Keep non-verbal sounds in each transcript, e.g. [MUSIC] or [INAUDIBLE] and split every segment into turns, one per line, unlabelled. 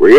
we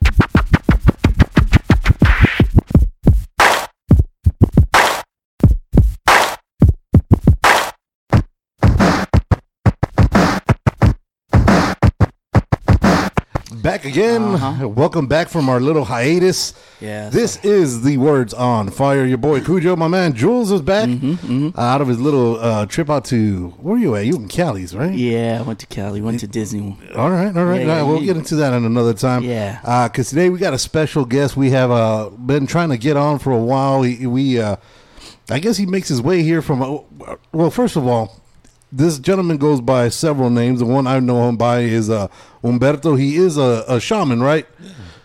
Back again. Welcome back from our little hiatus.
Yeah.
This is the words on fire. Your boy Cujo, my man Jules, is back Uh, out of his little uh, trip out to where you at? You in Cali's, right?
Yeah, I went to Cali, went to Disney.
All right, all right.
Yeah,
Nah,
yeah,
we'll
yeah.
get into that in another time.
Yeah.
Because today we got a special guest. We have uh, been trying to get on for a while. We, we uh, I guess he makes his way here from. Uh, well, first of all, this gentleman goes by several names. The one I know him by is uh, Umberto. He is a, a shaman, right?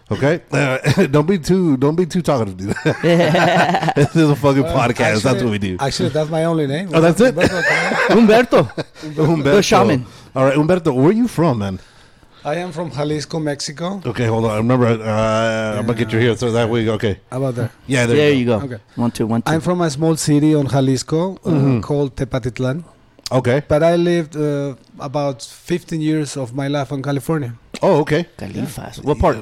Okay, uh, [LAUGHS] don't be too don't be too talkative,
[LAUGHS]
dude. this is a fucking podcast. That's what we do.
Actually, that's my only name.
Oh, that's it? [LAUGHS]
Humberto.
Umberto.
The shaman.
All right, Umberto, where are you from, man?
I am from Jalisco, Mexico.
Okay, hold on. I remember. Uh, I'm gonna get you here, so that way. Okay.
How about
[LAUGHS]
that?
Yeah, there,
There you go.
Okay.
One, two, one, two.
I'm from a small city on Jalisco uh,
Mm-hmm.
called Tepatitlan,
Okay.
but I lived uh, about 15 years of my life in California,
Oh, okay.
Califas. What part?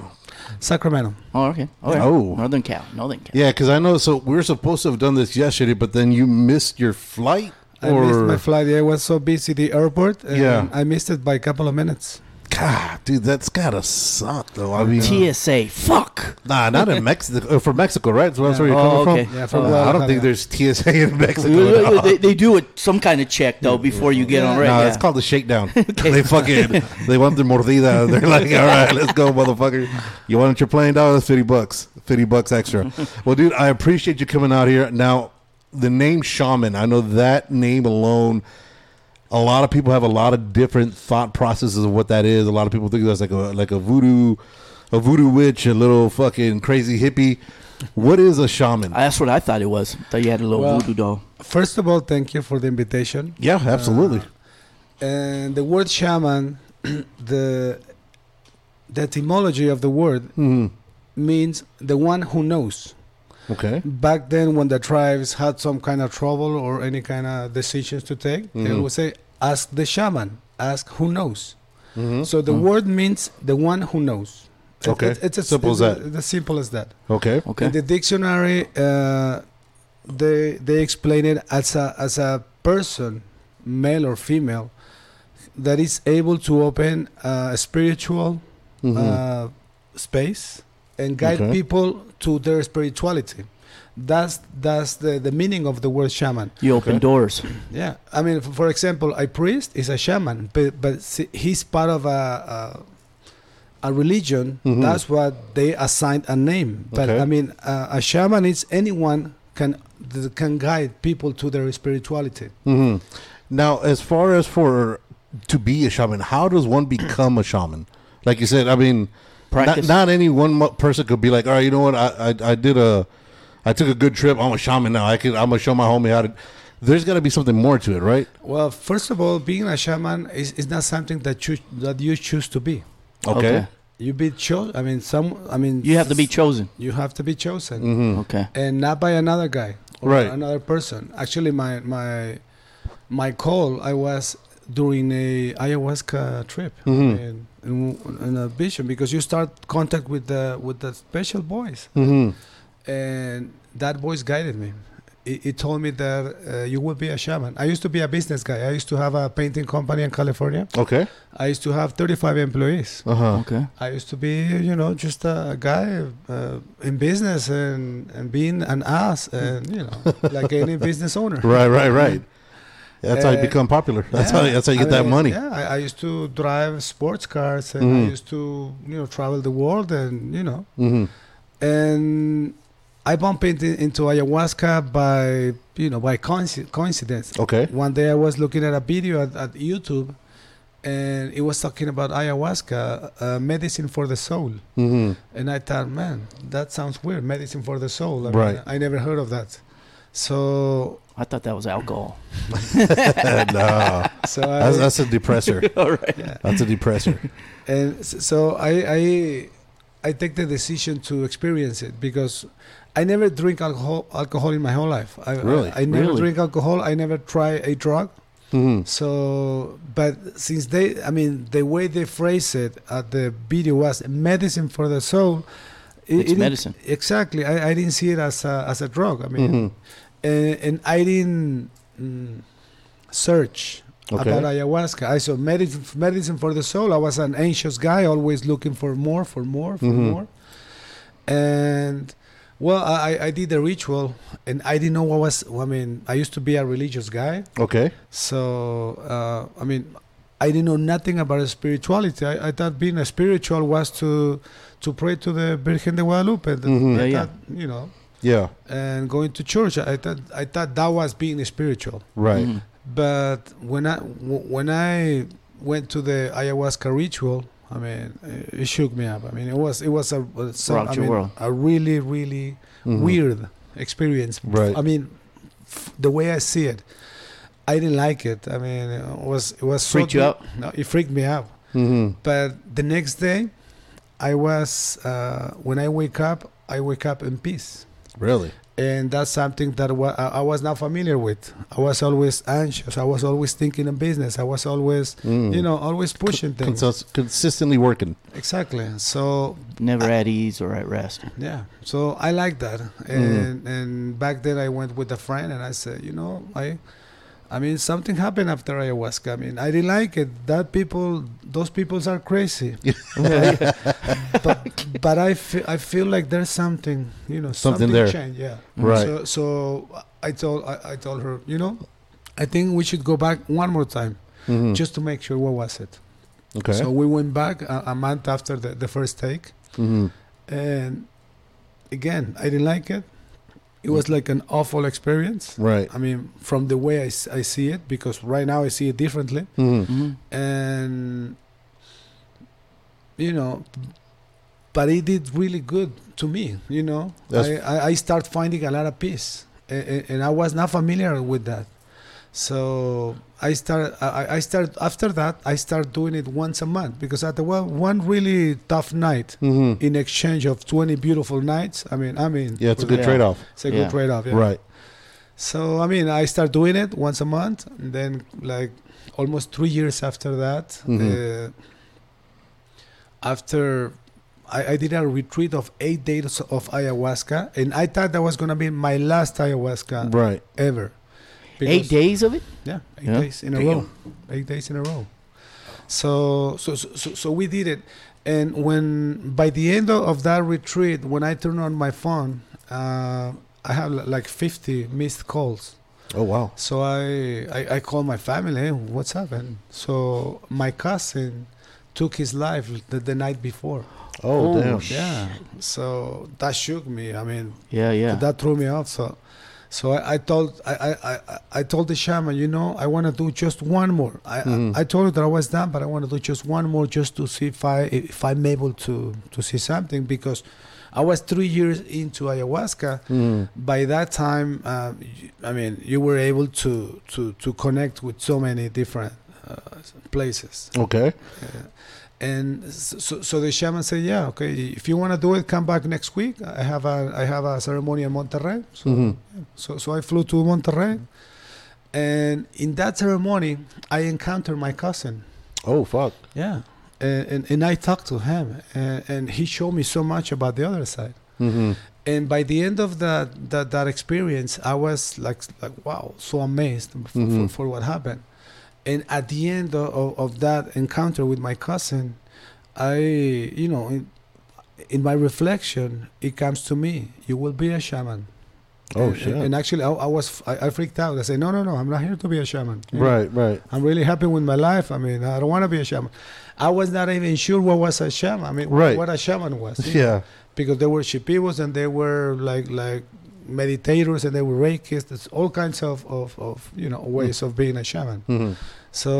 Sacramento.
Oh, okay. All right.
Oh.
Northern Cal. Northern Cal.
Yeah, because I know. So we were supposed to have done this yesterday, but then you missed your flight.
I missed my flight. I was so busy at the airport. And
Yeah.
I missed it by a couple of minutes.
God, dude, that's gotta suck, though. I mean,
TSA. Fuck.
nah, not in Mexico. Uh, from Mexico, right? So that's where you're
Oh,
coming
okay.
from.
Yeah, from
Uh, I don't think
Guadalajara.
there's TSA in Mexico. at all.
[LAUGHS] they, they do a, some kind of check, though, before you get on, right?
Nah,
yeah.
it's called the
[LAUGHS]
shakedown. They fucking they want their mordida. They're like, all right, let's go, motherfucker. You wanted your plane down? That's fifty bucks. Fifty bucks
[LAUGHS]
extra. well, dude, I appreciate you coming out here. Now, the name shaman, I know that name alone. A lot of people have a lot of different thought processes of what that is. A lot of people think that's like a like a voodoo, a voodoo witch, a little fucking crazy hippie. What is a shaman?
Uh, That's what I thought it was. Thought you had a little
Well-
voodoo doll.
First of all, thank you for the invitation.
yeah, absolutely.
And the word shaman, [CLEARS THROAT] the, the etymology of the word
Mm-hmm.
means the one who knows.
okay.
back then when the tribes had some kind of trouble or any kind of decisions to take they
Mm-hmm.
would say ask the shaman ask who knows so the word means the one who knows It-
Mm-hmm. Okay.
it- it's as
Simple as
it's
that.
the simple as that
Okay.
Okay.
in the dictionary uh, they they explain it as a as a person male or female that is able to open a spiritual uh, space and guide
Okay.
people to their spirituality that's that's the, the meaning of the word shaman
You open
Okay.
doors.
yeah i mean f- for example a priest is a shaman but, but s- he's part of a, a, a religion
Mm-hmm.
Mhm.
that's what they assigned a name but
Okay.
i mean uh, a shaman is anyone can that can guide people to their spirituality
Mm.
hmm Now, as far as for to be a shaman, how does one become a shaman? Like you said, I mean, not,
Practice.
not any one mo- person could be like, all right, you know what, I, I I did a, I took a good trip. I'm a shaman now. I can I'm gonna show my homie how to. There's got to be something more to it, right?
well first of all being a shaman is, is not something that you that you choose to be
Okay.
Okay.
you be chosen i mean some i mean
You have to be Mm-hmm. chosen.
you have to be chosen
Hmm.
Okay.
and not by another guy or
Right.
another person. Actually, my my my call I was during a ayahuasca trip in, in, in a vision because you start contact with the with the special voice
hmm
and that voice guided me. It, it told me that uh, you will be a shaman. I used to be a business guy. I used to have a painting company in California.
Okay.
I used to have 35 employees.
Uh huh.
Okay.
I used to be, you know, just a guy uh, in business and, and being an ass and, you know,
[LAUGHS]
like any business owner.
Right. Right. Right. That's how you
Uh,
become popular. That's
Yeah.
how. That's how you
I
get that
mean,
money.
Yeah, I, I used to drive sports cars and I
Mhm.
used to, you know, travel the world and, you know.
hmm
And I bumped into, into ayahuasca by, you know, by coinci- coincidence.
Okay.
One day I was looking at a video at, at YouTube and it was talking about ayahuasca, uh, medicine for the soul.
hmm
And I thought, man, that sounds weird. Medicine for the soul. I mean,
Right.
I never heard of that. So,
I thought that was
[LAUGHS]
alcohol.
no,
so
uh, that's,
I,
that's a depressor.
All right.
yeah.
That's a depressor.
and s- so I, I I take the decision to experience it because I never drink alcohol alcohol in my whole life. I,
Really?
I, I never
Really? Mm-hmm.
drink alcohol. I never try a drug.
Mhm.
So, but since they, I mean, the way they phrase it at the video was medicine for the soul. it-
It's
it-
medicine.
Exactly. I, I didn't see it as a, as a drug. I mean,
Mm-hmm.
and, and I didn't mm, search
Okay.
about ayahuasca. I saw medicine, medicine for the soul. I was an anxious guy, always looking for more, for more, for
Mm-hmm.
Mhm.
more. And well, I, I- I did the ritual, and I didn't know what was. I mean, I used to be a religious guy,
Okay.
so uh, I mean, I didn't know nothing about spirituality. I, I thought being a spiritual was to to pray to the Virgen de Guadalupe.
Mhm.
I
Mm-hmm. Yeah, yeah.
thought, You know,
Yeah.
and going to church. I thought I thought that was being spiritual.
Right.
Mhm.
But when I w- when I went to the ayahuasca ritual, I mean, eh, it it shook me up. I mean, it was it was a a- so-
Rocked
I
your
mean,
world.
a really really
Mm-hmm.
Mhm.
weird experience.
Right.
I mean, f- the way I see it, I didn't like it. I mean, it was it was so
Freaked you
deep-
out? Mm-hmm.
No, it freaked me out.
Mhm.
But the next day, I was uh, when I wake up, I wake up in peace
Really.
and that's something that wa- I I was not familiar with. I was always anxious. I was always thinking in business. I was always,
Mm.
you know, always pushing things.
Consus- consistently working.
exactly. So
Never at ease or at rest.
yeah. So I like that.
Mm-hmm.
And and back then I went with a friend and I said, you know, I, I mean, something happened after ayahuasca. I mean, I didn't like it. That people, those peoples are
[LAUGHS]
crazy. [LAUGHS] but but I feel I feel like there's something, you know,
Something
something,
there. Mm-hmm.
changed. Yeah.
Right.
So, so I told I, I told her, you know, I think we should go back one more time
Mhm.
just to make sure what was it.
okay.
So we went back a, a month after the, the first take,
Mhm.
and again, I didn't like it. It was like an awful experience.
Right.
I mean, from the way I, s- I see it, because right now I see it differently,
Mhm.
Mhm.
and you know, but it did really good to me. You know,
That's-
I, I I start finding a lot of peace, and, and I was not familiar with that. So I start I, I- I start after that I start doing it once a month because at the one, one really tough night
Mhm.
in exchange of 20 beautiful nights I mean I mean
Yeah, it's a
for
good
the-
Yeah.
trade-off.
it's a
Yeah.
good trade off yeah.
Right.
So I mean, I start doing it once a month, and then like almost three years after that,
Mhm.
uh, after I, I did a retreat of eight days of ayahuasca, and I thought that was gonna be my last ayahuasca
Right.
ever.
Eight
Because-
days of it?
Yeah, eight
Yeah?
days in a
Damn.
row. Eight days in a row. So so so so- so we did it, and when by the end of- of that retreat, when I turn on my phone, uh, I have li- like fifty missed calls.
Oh wow.
So I, I I called my family. "Hey, What's happened? So my cousin took his life the, the night before.
Oh,
Oh,
damn.
shit.
Yeah. So that shook me. I mean,
Yeah, yeah.
that threw me off. So, so I, I told I, I, I, I told the shaman, you know, I want to do just one more. I, I I told her that I was done, but I want to do just one more just to see if I if I'm able to to see something because I was three years into ayahuasca. By that time, uh, y- I mean, you were able to to to connect with so many different uh, places.
Okay.
And s- so, so the shaman said, "Yeah, okay. If you want to do it, come back next week. I have a I have a ceremony in Monterrey." So,
Mhm.
so, so I flew to Monterrey, and in that ceremony, I encountered my cousin.
Oh fuck.
Yeah, and and, and I talked to him, and, and he showed me so much about the other side.
Mm-hmm.
And by the end of that that, that experience, I was like like wow, so amazed for,
Mhm.
for, for what happened. And at the end of, of, of that encounter with my cousin, I you know in, in my reflection, it comes to me. You will be a shaman.
Oh
and,
shit.
And, and actually, I, I was I, I freaked out. I said, no, no, no, I'm not here to be a shaman. You know,
right. Right.
I'm really happy with my life. I mean, I don't want to be a shaman. I was not even sure what was a shaman. I mean,
Right.
what a shaman
[LAUGHS]
was. you know
Yeah.
because they were shipibos and they were like like meditators and they were reikists it's all kinds of, of, of you know ways
Hmm.
of being a shaman
Mm-hmm.
so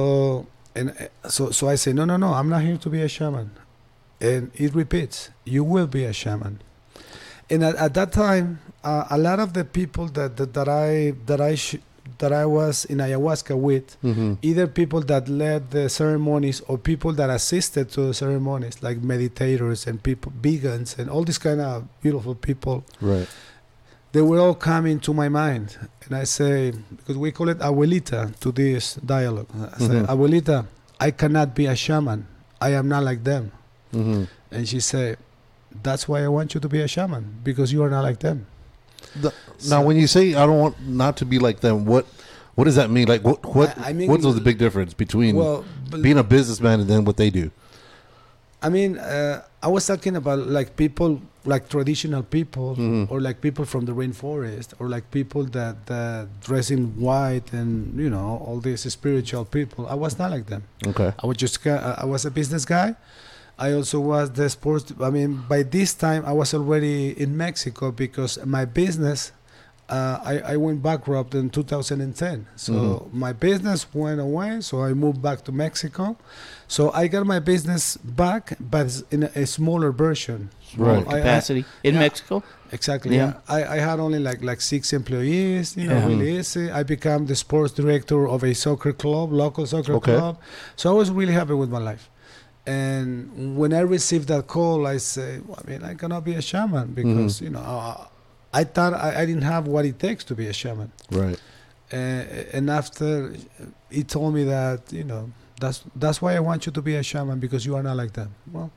and uh, so so i say no no no i'm not here to be a shaman and it repeats you will be a shaman and at, at that time uh, a lot of the people that that, that i that i sh- that I was in ayahuasca with,
Mhm.
either people that led the ceremonies or people that assisted to the ceremonies, like meditators and people, vegans, and all these kind of beautiful people,
Right.
they were all coming to my mind. And I say, because we call it abuelita to this dialogue. I say,
Mhm.
abuelita, I cannot be a shaman. I am not like them.
hmm
And she said, that's why I want you to be a shaman, because you are not like them.
The-
So-
now, when you say I don't want not to be like them, what what does that mean? Like what what
I- I mean-
what's the big difference between
well, but-
being a businessman and then what they do?
I mean, uh, I was talking about like people, like traditional people,
Mhm.
or like people from the rainforest, or like people that uh, dress in white and you know all these spiritual people. I was not like them.
Okay.
I was just ca- I I was a business guy. I also was the sports. I mean, by this time I was already in Mexico because my bankrupt. Uh, I, I went bankrupt in 2010. So
Mm-hmm.
my business went away. So I moved back to Mexico. So I got my business back, but s- in a, a smaller version.
Right.
I- I-
Capacity in
yeah.
Mexico.
Exactly.
Yeah.
Yeah. I, I had only like like six employees, you know,
Yeah. Mm.
really easy. I became the sports director of a soccer club, local soccer
Okay.
club. So I was really happy with my life. And when I received that call, I say, "Well, I mean, I cannot be a shaman
Mm-hmm.
because, you know, I, I thought I, I didn't have what it takes to be a shaman.
Right.
Uh, and after he told me that, you know, that's that's why I want you to be a shaman because you are not like that. Well,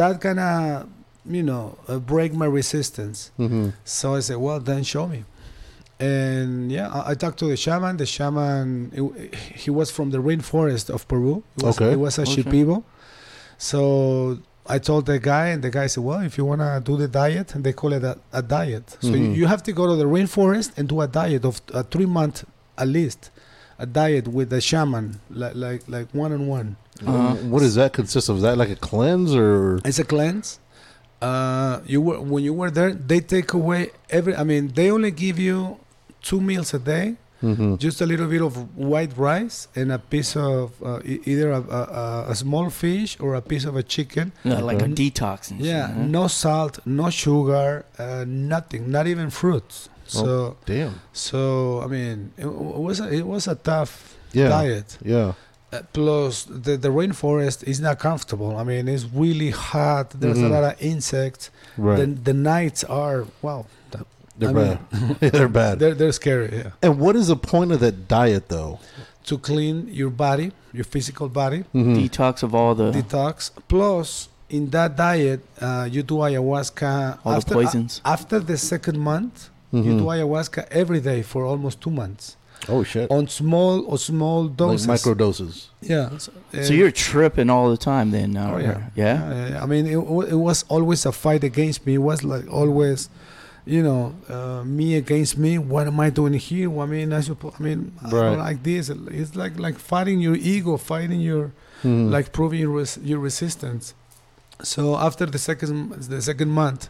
that kind of, you know, uh, break my resistance.
Mm-hmm.
So I said, well, then show me. And yeah, I, I talked to the shaman. The shaman, he- he was from the rainforest of Peru. He was,
Okay.
He was a
Okay.
Shipibo. So I told the guy, and the guy said, well, if you want to do the diet, and they call it a, a diet. So you,
Mhm.
you have to go to the rainforest and do a diet of a three month at least. A diet with a shaman, like like like one on one.
Uh-huh.
What does that consist of? Is that like a cleanse or?
It's a cleanse. Uh, you were when you were there, they take away every. I mean, they only give you two meals a day,
Mhm.
just a little bit of white rice and a piece of uh, e- either a, a, a- a small fish or a piece of a chicken.
No, Uh, like a
Okay.
detox. And shit,
Mm-hmm. Yeah,
huh?
no salt, no sugar, uh, nothing, not even fruits. So,
Damn.
so I mean, it, w- was a, it was a tough
Yeah.
diet.
Yeah.
Uh, plus, the, the rainforest is not comfortable. I mean, it's really hot. There's
Mhm.
a lot of insects
Right.
the, the nights are wow th-
they're
I mean-
bad. [LAUGHS] they're bad.
they're, they're scary yeah.
and what is the point of that diet though?
to clean your body your physical body
Hmm.
Mhm.
Detox of all the
detox plus in that diet uh, you do ayahuasca
all
after,
the poisons.
a- after the second month you
Mhm.
do ayahuasca every day for almost two months
Oh shit.
on small or small doses
Like micro doses.
yeah so,
so you're tripping all the time then now.
Oh,
right?
yeah.
yeah.
I mean, it, wa- it was always a fight against me. It was like always, you know, uh, me against me. What am I doing here? Well, I mean, I suppose. I mean, I don't
Right.
like this. It's like like fighting your ego, fighting your
Mhm.
like proving your, res- your resistance. So after the second the second month,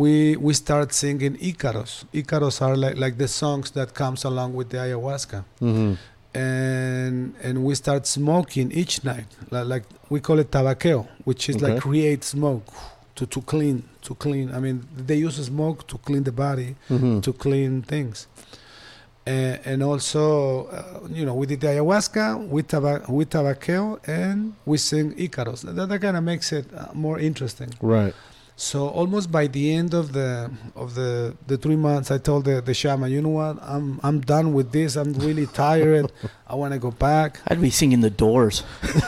we we start singing Icaros. Icaros are like like the songs that comes along with the ayahuasca
Mhm.
and and we start smoking each night like, like we call it tabaqueo which is
Okay.
like create smoke to, to clean to clean i mean they use smoke to clean the body
Mhm.
to clean things and, and also uh, you know we did ayahuasca we, taba- we tabaqueo and we sing icaros that, that kind of makes it uh, more interesting
Right.
so almost by the end of the of the the three months, I told the, the shaman, you know what, I'm I'm done with this. I'm really tired. [LAUGHS] I want to go back.
I'd be singing the
[LAUGHS]
doors.
Uh,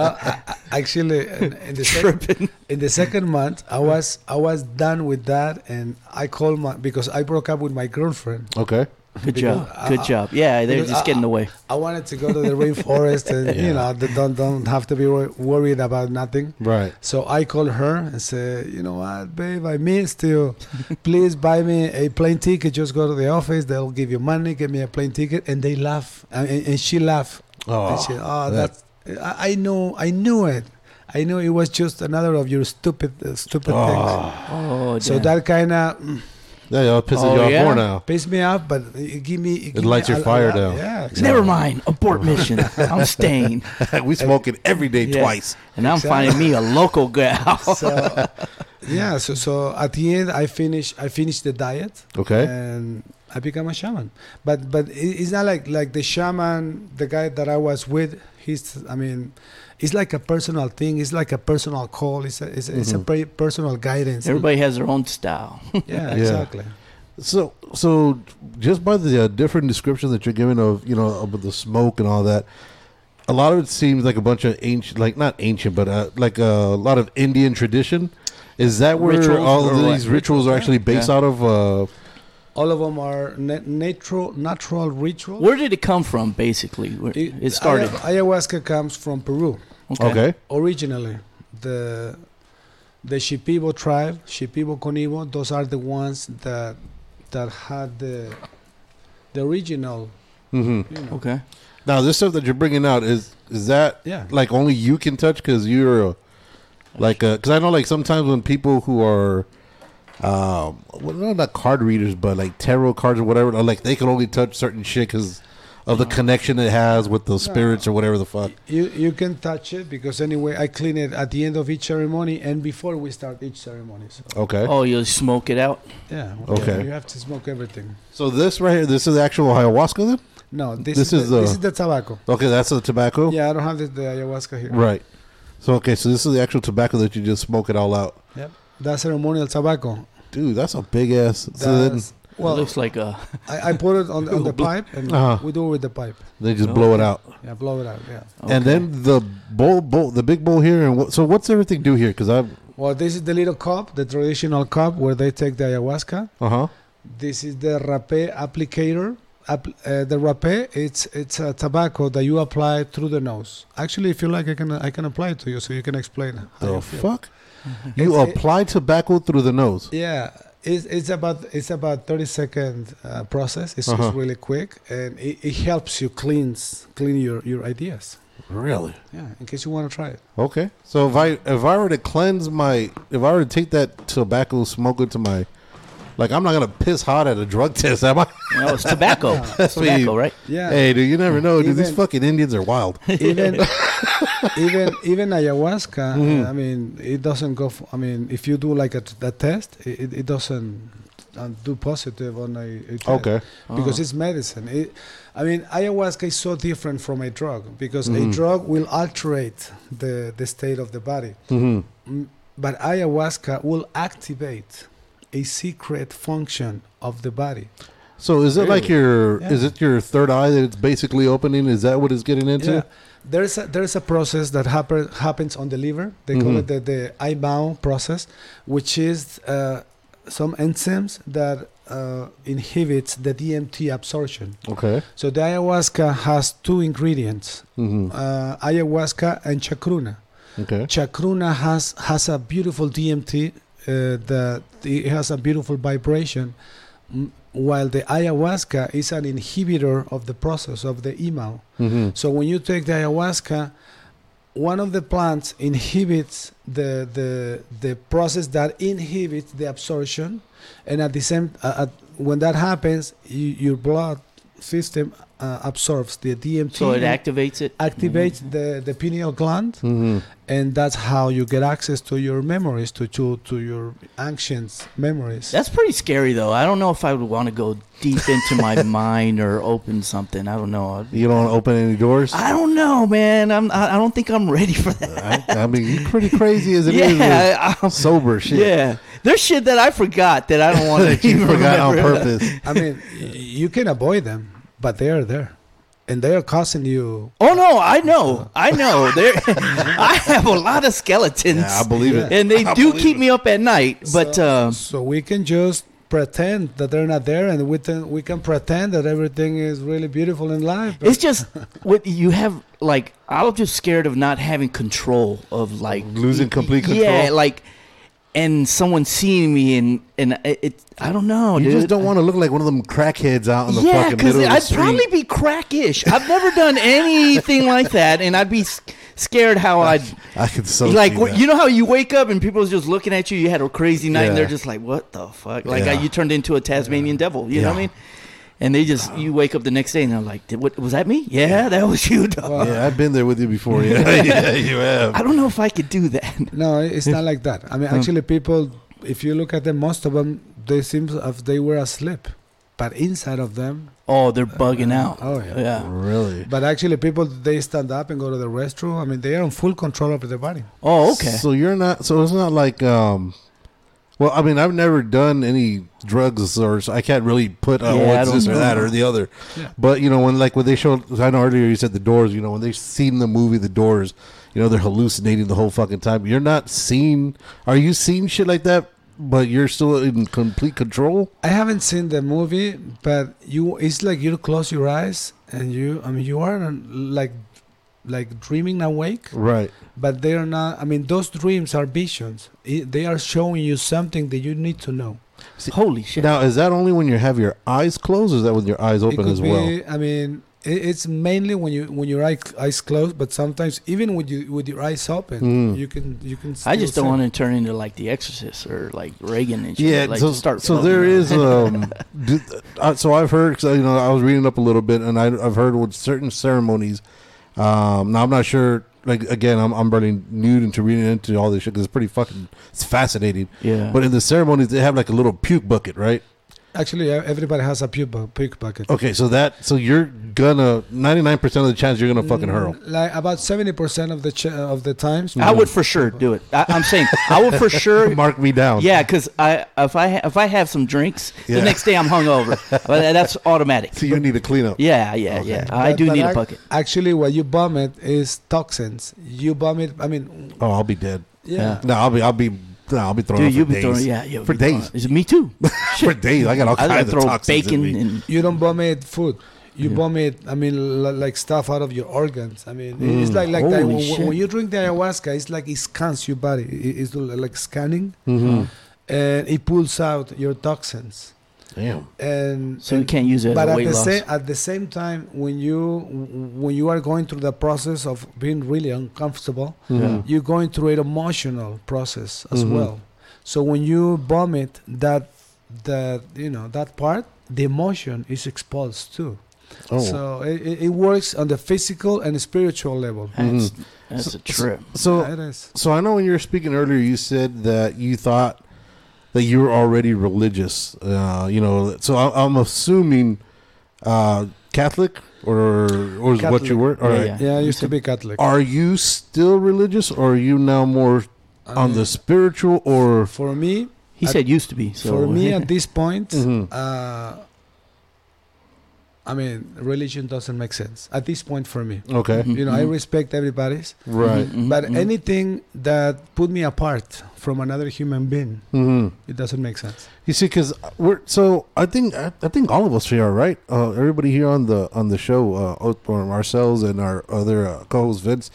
I- I- actually, in, in the sec-
Tripping.
in the second month, I was I was done with that, and I called my because I broke up with my girlfriend.
Okay.
Good
Because
job.
I-
Good
I-
job. Yeah, they're
because uh,
just
I-
getting away.
I wanted to go to the rainforest, and you
Yeah.
know, they don't don't have to be wor- worried about nothing.
Right.
So I called her and said, you know what, babe, I missed
[LAUGHS]
you. Please buy me a plane ticket. Just go to the office. They'll give you money. Give me a plane ticket. And they laugh. And, and- and she laughed.
Oh.
and she, oh,
that-
that's, I, I know, I knew it. I knew it was just another of your stupid, uh, stupid things.
Oh.
Oh,
uh, So
damn.
that kind of
Yeah, y'all pissing
Oh,
you off
yeah?
more
[LAUGHS]
now.
pissed me off, but it give me. give me
lights your
a- a
fire
lot-
down.
Yeah.
Never mind. Abort mission.
[LAUGHS]
I'm staying.
we smoking every day
Yeah.
twice.
And I'm finding me a
[LAUGHS]
local gal. [LAUGHS]
So, yeah. So, so at the end, I finished. I finished the diet.
Okay.
And I become a shaman. But but it- it's not like like the shaman, the guy that I was with. He's I mean, it's like a personal thing. It's like a personal call. It's a it's, a it's a pre- personal guidance.
Mm-hmm. Everybody has their own style. [LAUGHS]
Yeah, exactly.
So, so just by the uh, different description that you're giving of you know of the smoke and all that, a lot of it seems like a bunch of ancient, like not ancient, but uh, like a lot of Indian tradition. Is that where
Rituals
all
or
of
what?
these rituals are actually based
Yeah.
out of? Uh,
All of them are na- natural natural rituals.
Where did it come from, basically? Where it, started.
Ay- ayahuasca comes from Peru.
okay.
originally the the Shipibo tribe, Shipibo Conibo, those are the ones that that had the the original.
hmm
You know.
Okay.
Now, this stuff that you're bringing out is is that
Yeah.
like only you can touch because you're a, like because I know like sometimes when people who are um well, no, not card readers but like tarot cards or whatever are, like they can only touch certain shit because of the connection it has with the spirits or whatever the fuck.
You you can touch it because anyway I clean it at the end of each ceremony and before we start each ceremony. So
Okay,
Oh, you smoke it out.
yeah,
Okay.
You have to smoke everything.
so this right here, this is the actual ayahuasca then.
No, this,
This
is,
is
the,
the-
this is the tobacco.
Okay, that's the tobacco.
Yeah, I don't have the, the ayahuasca here.
Right. So okay, so this is the actual tobacco that you just smoke it all out,
Yep. That's ceremonial tobacco.
dude. That's a big ass. So then
That's,
Well, it
well,
looks like a.
I, I put it on,
[LAUGHS]
on the pipe and
Uh-huh.
we do it with the pipe.
they just blow it out.
Yeah, blow it out. Yeah.
And
Okay.
then the bowl, bowl, the big bowl here, and what, so what's everything do here? Because I'm,
Well, this is the little cup, the traditional cup where they take the ayahuasca.
uh huh,
This is the rapé applicator. App, uh, the rapé, it's it's a tobacco that you apply through the nose. Actually, if you like, I can I can apply it to you, so you can explain. how
the
you feel.
fuck,
[LAUGHS]
you
It's- it-
apply tobacco through the nose.
Yeah, it's it's about it's about thirty second uh, process. It's
Uh-huh.
just really quick, and it, it helps you cleanse clean your your ideas.
Really?
Yeah, in case you want to try it.
Okay. So if I if I were to cleanse my, if I were to take that tobacco smoke into my, like I'm not gonna piss hot at a drug [LAUGHS] test, am I?
No, it's
[LAUGHS]
tobacco.
That's what
tobacco,
you-
right?
Yeah.
Hey, dude, you never know, dude. These
Even-
fucking Indians are wild.
even even even ayahuasca uh, i mean it doesn't go f I i mean if you do like a, t- a test it, it- it doesn't um, do positive on a, a test
Okay.
because it's medicine it, i mean ayahuasca is so different from a drug because a drug will alterate the the state of the body
hmm
Mm, but ayahuasca will activate a secret function of the body
So is it like your,
Yeah.
is it your third eye that it's basically opening? Is that what it's getting into?
Yeah. There's a, there's a process that happen, happens on the liver. They call it the, the IBAO process, which is uh, some enzymes that uh, inhibits the DMT absorption.
Okay.
So the ayahuasca has two ingredients,
hmm
uh, ayahuasca and chacruna.
Okay.
Chacruna has, has a beautiful DMT uh, that it has a beautiful vibration, m- while the ayahuasca is an inhibitor of the process of the IMAO.
hmm
So when you take the ayahuasca, one of the plants inhibits the the the process that inhibits the absorption, and at the same uh, at, when that happens, you, your blood system uh, absorbs the DMT.
So it
and
activates it.
activates the the pineal gland,
hmm
and that's how you get access to your memories, to to, to your ancient memories.
That's pretty scary, though. I don't know if I would want to go deep
[LAUGHS]
into my mind or open something. I don't know. I'd be-
You don't open any doors.
I don't know, man. I'm. I I don't think I'm ready for that.
I, I mean, you're pretty crazy
[LAUGHS]
as [LAUGHS] it is.
yeah, I-
with
I'm-
sober shit.
yeah. There's shit that I forgot that I don't want
[LAUGHS] that
to.
you forgot on purpose.
I mean, y- you can avoid them, but they are there, and they are causing you
Oh no, I know, I know. There, [LAUGHS] I have a lot of skeletons,
Yeah, [LAUGHS] I believe it.
and they do keep me up at night. But
So-
um,
so we can just pretend that they're not there, and we can we can pretend that everything is really beautiful in life. but-
it's just what you have. Like I'm just scared of not having control of like
Losing complete
Yeah,
control?
like and someone seeing me and and it. it I don't know,
You
dude.
just don't want to look like one of them crackheads out in the
yeah,
fucking middle of the
I'd
street.
probably be crackish. I've never done anything like that, and I'd be s- scared
[LAUGHS]
how I'd
I could so
like
see
wh-
that. [LAUGHS]
you know how you wake up and people's just looking at you. You had a crazy night, and they're
Yeah.
just like, "What the fuck?" Like
Yeah.
uh, you turned into a Tasmanian devil. You know what I
Yeah.
mean? And they just you wake up the next day and they're like, "Did- "What was that? Me? Yeah, that was you." dog."
Yeah, I've been there with you before.
[LAUGHS]
Yeah, [LAUGHS] yeah, you
I
have.
don't know if I could do that.
no, it's not like that. I mean, actually, people, if you look at them, most of them, they seem as if they were asleep. but inside of them.
Oh, they're bugging out.
Oh yeah.
Yeah.
Really?
But actually, people they stand up and go to the restroom. I mean, they are in full control of their body.
Oh, okay.
So you're not. So it's not like. um Well, I mean, I've never done any drugs, or so I can't really put oh,
Yeah, I
it's
don't
this or
know.
that or the other.
Yeah.
But you know, when like when they showed, I know earlier you said the Doors. You know, when they seen the movie The Doors, you know they're hallucinating the whole fucking time. You're not seeing. Are you seeing shit like that? But you're still in complete control.
I haven't seen the movie, but you it's like you close your eyes and you I mean you are on, like like dreaming awake,
Right.
but they are not. I mean, those dreams are visions. I they are showing you something that you need to know.
Holy shit.
Now, is that only when you have your eyes closed, or is that with your eyes open as well?
I mean, i- it's mainly when you when your eye, eyes closed, but sometimes even with you with your eyes open,
Mm.
you can you can.
I just don't want
to.
to turn into like The Exorcist or like Reagan and shit.
Yeah,
like
so,
start.
so
floating
there
around.
is um, d- uh, so I've heard 'cause, you know I was reading up a little bit and I, I've heard with certain ceremonies. Um, now I'm not sure. Like again, I'm I'm really new into reading into all this shit because it's pretty fucking it's fascinating.
Yeah.
But in the ceremonies, they have like a little puke bucket, right?
Actually, uh, everybody has a puke, bu- puke bucket.
Okay, so that so you're gonna 99 percent of the chance you're gonna fucking hurl.
Mm, Like about seventy percent of the ch- uh, of the times.
I would for sure do it. I, I'm saying I would for
[LAUGHS]
sure.
Mark me down.
Yeah, because I if I ha- if I have some drinks,
Yeah.
the next day I'm
[LAUGHS]
hungover. Well, that- that's automatic.
So you need a cleanup.
Yeah, yeah,
Okay.
yeah. I
But-
do
but
need a
ac-
bucket.
[LAUGHS]
Actually, what you vomit is toxins. You vomit. I mean,
Oh, I'll be dead.
yeah.
No, I'll be I'll be no, I'll be throwing.
Dude,
up
you've
for
been throwing
days.
yeah, yeah
for days.
Is it me
[LAUGHS]
too?
For days, I got all
[LAUGHS] I
kinds
gotta
of
throw
toxins in
bacon
me.
and
You don't vomit food. You
Yeah.
vomit. I mean, li- like stuff out of your organs. I mean, it's
Mm.
like like
Holy
that. When,
shit.
when you drink the ayahuasca, it's like it scans your body. It- It's like scanning,
Mm-hmm.
Mhm.
and it pulls out your toxins.
Damn.
And
so you
and-
can't use it.
but
as
at
weight
the
loss.
same at the same time, when you when you are going through the process of being really uncomfortable,
Mhm.
you're going through an emotional process as
Mm-hmm.
Mhm.
well. So when you vomit that that you know that part, the emotion is exposed too.
Oh.
So it, it- it works on the physical and spiritual level.
That's, that's
Mm. So-
a trip.
so
That is.
so I know when you were speaking earlier, you said that you thought that you were already religious. Uh, you know, so I, I'm assuming uh, Catholic or or is what you
Catholic.
were. All
Yeah,
right.
yeah.
Yeah, I
you
used to
said-
be Catholic.
Are you still religious, or are you now more on
I-
the spiritual or?
for me,
He
At-
said used to be. So
for me
[LAUGHS]
at this point,
Mhm.
uh, I mean, religion doesn't make sense at this point for me.
Okay,
Mhm.
You know, I respect everybody's,
right.
Mhm, mhm,
but
mhm.
anything that put me apart from another human being,
hmm
it doesn't make sense.
You see, because we're so I think I, I think all of us here are right. Uh, everybody here on the on the show, uh, Oth- or ourselves and our other uh, co-host Vince,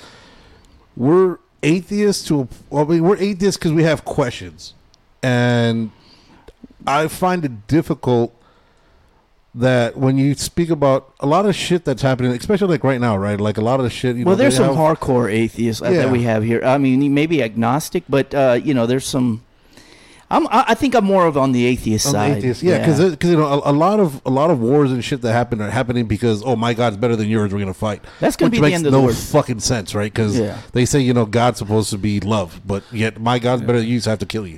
we're atheists to. a- I mean, we're atheists because we have questions, and I find it difficult that when you speak about a lot of shit that's happening, especially like right now, right? Like a lot of the shit. You
well,
know,
there's
they
some
have-
hardcore atheists uh,
Yeah.
that we have here. I mean, maybe agnostic, but uh, you know, there's some. I'm, I I think I'm more of on the atheist
on the
side.
atheist. Yeah, because you know a, a lot of a lot of wars and shit that happen are happening because oh my God's better than yours. We're gonna fight.
That's gonna
Which
be the
makes
end of the
no
word.
fucking sense, right? Because
Yeah.
they say you know God's supposed to be love, but yet my God's better than you, so I have to kill you.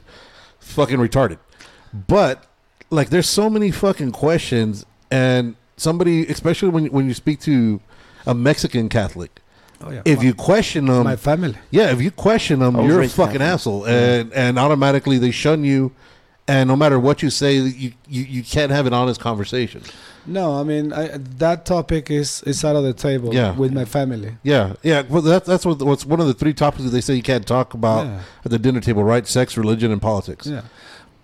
Fucking retarded. But like, there's so many fucking questions, and somebody, especially when when you speak to a Mexican Catholic,
Oh yeah.
if um,
my,
you question them,
my family.
yeah, if you question them,
I was
you're a
raised
fucking
Catholic.
asshole, and and automatically they shun you, and no matter what you say, you you, you can't have an honest conversation.
No, I mean I, that topic is is out of the table
Yeah.
with my family.
Yeah, yeah. Well, that, that's what what's one of the three topics that they say you can't talk about
Yeah.
at the dinner table, right? Sex, religion, and politics.
Yeah.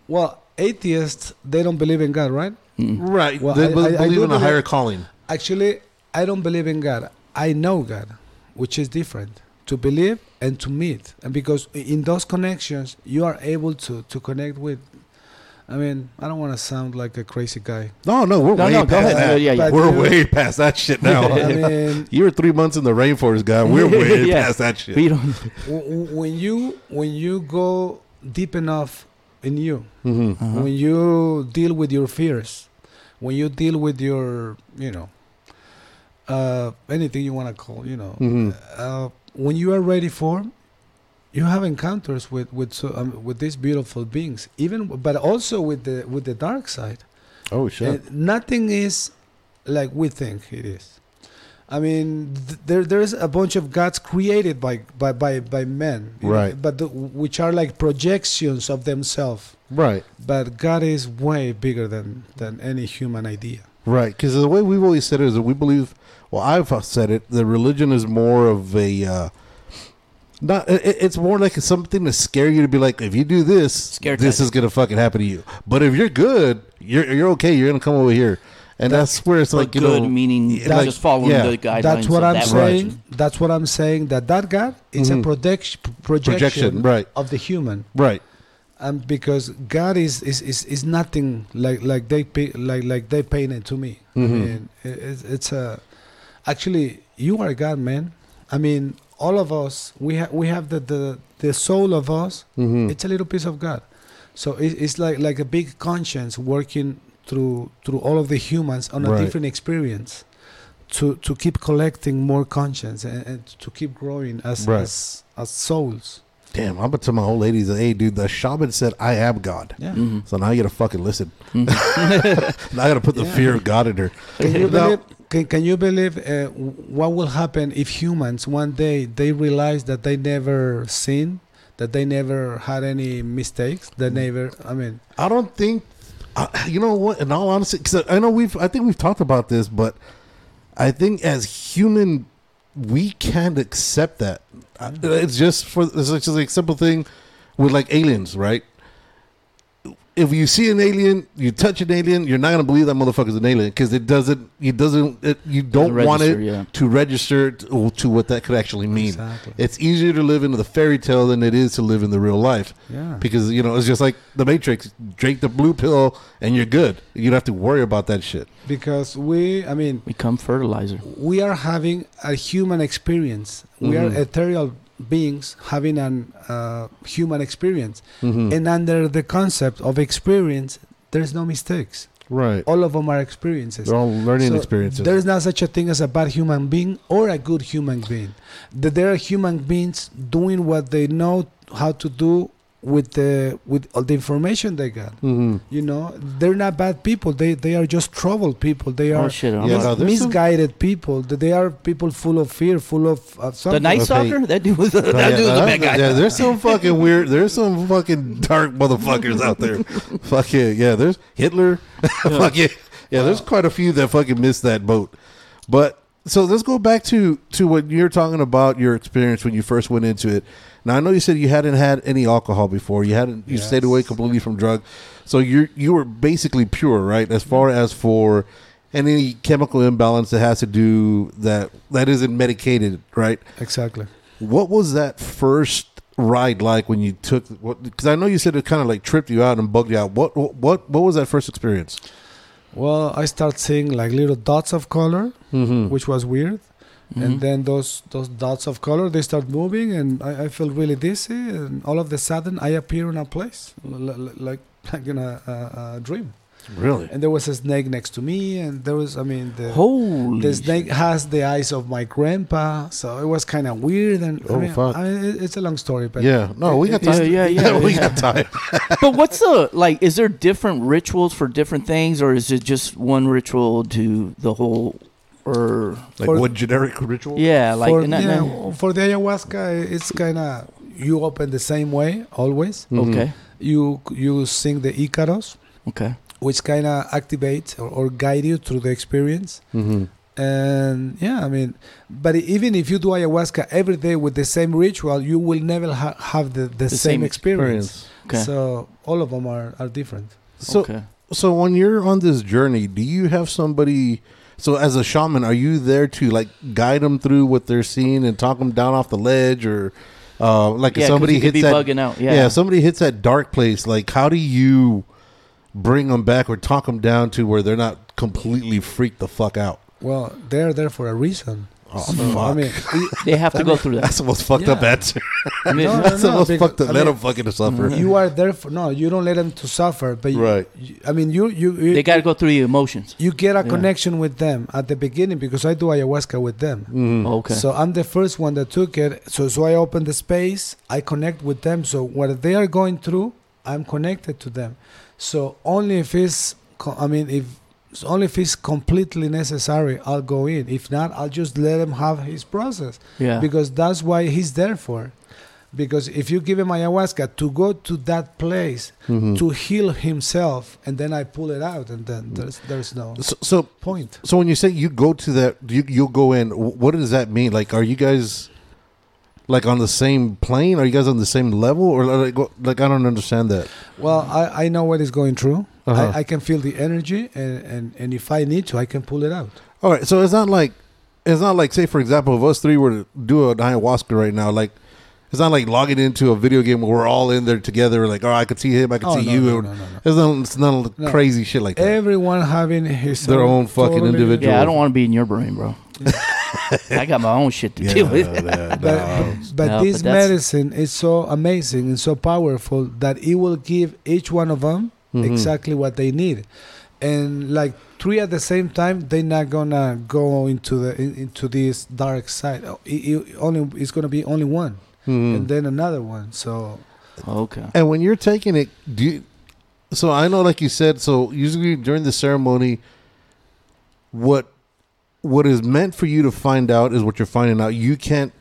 Well, atheists they don't believe in God, right?
Mm-hmm.
Mm.
Right.
Well,
they
I-
be-
I- I
believe
do
in a
believe-
higher calling.
Actually, I don't believe in God. I know God, which is different. To believe and to meet, and because i- in those connections you are able to to connect with. I mean, I don't want to sound like a crazy guy.
No, no, we're
No,
way
no,
past
go ahead.
that.
Uh, yeah, yeah.
But-
We're
Yeah.
[LAUGHS] way past that shit now.
[LAUGHS]
[LAUGHS]
I mean,
you were three months in the rainforest, guy. We're way
Yeah.
past that shit.
We don't. [LAUGHS]
w- w- when you when you go deep enough in you,
hmm
Uh-huh.
when you deal with your fears when you deal with your you know uh, anything you want to call you know
hmm
uh, when you are ready for you have encounters with with so, um, with these beautiful beings even but also with the with the dark side
Oh shit!
Uh, nothing is like we think it is. I mean, th- there there's a bunch of gods created by by by, by men, you know,
Right.
but the, which are like projections of themselves.
right,
But God is way bigger than than any human idea.
right. Because the way we've always said it is that we believe. Well, I've said it. The religion is more of a. Uh, not it, it- it's more like something to scare you to be like if you do this
Scare
this
tactic.
is gonna fucking happen to you but if you're good you're you're okay you're gonna come over here and that's, where it's
Like
like you
good
know
meaning,
yeah,
just following
yeah,
the guidelines.
That's what
of
I'm
that
saying.
religion.
That's what I'm saying. That that God is
Mhm.
a projection projection,
Projection, right.
of the human,
right
and because God is is, is, is nothing like like they pi- like like they painted to me. I
Mhm.
mean, it- it's, it's a actually you are God, man. I mean, all of us we have we have the, the the soul of us.
Mhm.
It's a little piece of God, so it, it's like like a big conscience working through through all of the humans on a
Right.
different experience to to keep collecting more conscience and, and to keep growing as
Right.
as, as souls.
damn i'm gonna tell my old ladies hey dude the shaman said i am god
Yeah.
Mhm.
so now you gotta fucking listen
Mm.
[LAUGHS] now i gotta
[LAUGHS]
put the
Yeah.
fear of god in her
Can you
[LAUGHS] Now-
believe? Can, can you believe uh, what will happen if humans one day they realize that they never sin, that they never had any mistakes, that never? I mean,
I don't think, I, you know what? In all honesty, because I know we've, I think we've talked about this, but I think as human, we can't accept that. I- It's just for it's just like a simple thing with like aliens, right? If you see an alien, you touch an alien, you're not gonna believe that motherfucker's an alien because it doesn't, it doesn't, it, you don't
Doesn't
want it
register, yeah.
to register to, to what that could actually mean.
Exactly.
It's easier to live into the fairy tale than it is to live in the real life
yeah.
because you know it's just like the Matrix. Drink the blue pill and you're good. You don't have to worry about that shit.
Because we, I mean,
Become fertilizer.
we are having a human experience. We are
Mhm.
ethereal beings having an uh, human experience,
Mhm.
and under the concept of experience, there's no mistakes.
Right.
All of them are experiences.
They're all learning
So,
experiences.
There is not such a thing as a bad human being or a good human being. That there are human beings doing what they know how to do with the with all the information they got.
Mhm.
You know, they're not bad people. They they are just troubled people. They
Oh
are
shit!
Yeah,
I'm like-
no, there's some-
misguided people. That they are people full of fear, full of uh,
the
something.
night
Okay.
stalker? That dude was [LAUGHS] that
Oh, yeah,
dude was a
that-
bad guy.
yeah, there's some fucking weird. There's some fucking dark motherfuckers out there.
[LAUGHS]
Fuck yeah, yeah. There's Hitler. [LAUGHS] Fuck yeah, yeah. There's quite a few that fucking missed that boat. But so let's go back to to what you're talking about your experience when you first went into it. Now I know you said you hadn't had any alcohol before. You hadn't. You stayed away completely from drug. So you you were basically pure, right? As far as for any chemical imbalance that has to do that that isn't medicated, right?
Exactly.
What was that first ride like when you took? Because I know you said it kind of like tripped you out and bugged you out. What what what was that first experience?
Well, I start seeing like little dots of color,
Mm-hmm.
which was weird.
Mhm.
and then those those dots of color they start moving and I, I feel really dizzy and all of the sudden I appear in a place l- l- like like in a, a, a dream
Really?
and there was a snake next to me and there was I mean the
Holy
the
shit.
snake has the eyes of my grandpa so it was kind of weird and
Oh,
I mean,
fuck.
I mean, it- it's a long story but
yeah. No, we got
Yeah,
time.
yeah, yeah,
[LAUGHS] we
yeah.
got time.
but what's the like is there different rituals for different things or is it just one ritual to the whole or
Like
For-
what generic ritual?
yeah like
for,
and that-
yeah,
that-
for the ayahuasca it's kind of you open the same way always
Mhm.
okay
you you sing the Icaros
okay
which kind of activate or, or guide you through the experience
Mhm.
and yeah i mean but even if you do ayahuasca every day with the same ritual you will never ha- have the, the, same,
same
experience,
okay
so all of them are, are different
So
okay
so when you're on this journey, do you have somebody? So as a shaman, are you there to like guide them through what they're seeing and talk them down off the ledge, or uh, like
yeah,
if
'cause
somebody
you could
hits
be
that
bugging out yeah,
yeah. if somebody hits that dark place like how do you bring them back or talk them down to where they're not completely freaked the fuck out
well they're there for a reason
oh
So,
fuck
i mean
they have to go through that
[LAUGHS] that's the most fucked up
Yeah.
answer
I mean,
No, no,
that's the most
because-
fucked up
I
let
mean,
them fucking suffer
Mm-hmm.
you are there for no you don't let them to suffer but you-
Right.
you, i mean you you, you
they got to go through the emotions
you get a
Yeah.
connection with them at the beginning because i do ayahuasca with them
Mhm.
Oh, okay
So I'm the first one that took it. So so I open the space. I connect with them. So what they are going through, I'm connected to them. So only if it's co- I mean, if it's only if it's completely necessary, I'll go in. If not, I'll just let him have his process
Yeah.
because that's why he's there for. Because if you give him ayahuasca to go to that place
Mm-hmm.
to heal himself, and then I pull it out, and then there's there's no
So, so,
point.
so when you say you go to that, you you go in. wh- What does that mean? Like, are you guys like on the same plane? Are you guys on the same level? Or like, what- like I don't understand that.
Well, I, I know what is going through.
Uh-huh.
I, I can feel the energy, and, and, and if I need to, I can pull it out.
All right, so it's not like it's not like say for example, if us three were to do an ayahuasca right now, like it's not like logging into a video game where we're all in there together. Like, oh, I could see him, I could
Oh,
see
no,
you.
no, no, no, no.
It's not it's not
No.
crazy shit like that.
Everyone having his
Their own fucking individual.
Yeah, I don't want to be in your brain,
[LAUGHS]
bro. I got my own shit to
Yeah,
deal with.
yeah,
But,
no.
but
No, but
this
that's-
medicine is so amazing and so powerful that it will give each one of them
Mm-hmm.
exactly what they need, and like three at the same time, they're not gonna go into the in, into this dark side. Oh, It, it only it's gonna be only one,
Mhm.
and then another one. So
[LAUGHS] Okay.
And when you're taking it, do you, so I know, like you said, so usually during the ceremony, what what is meant for you to find out is what you're finding out. You can't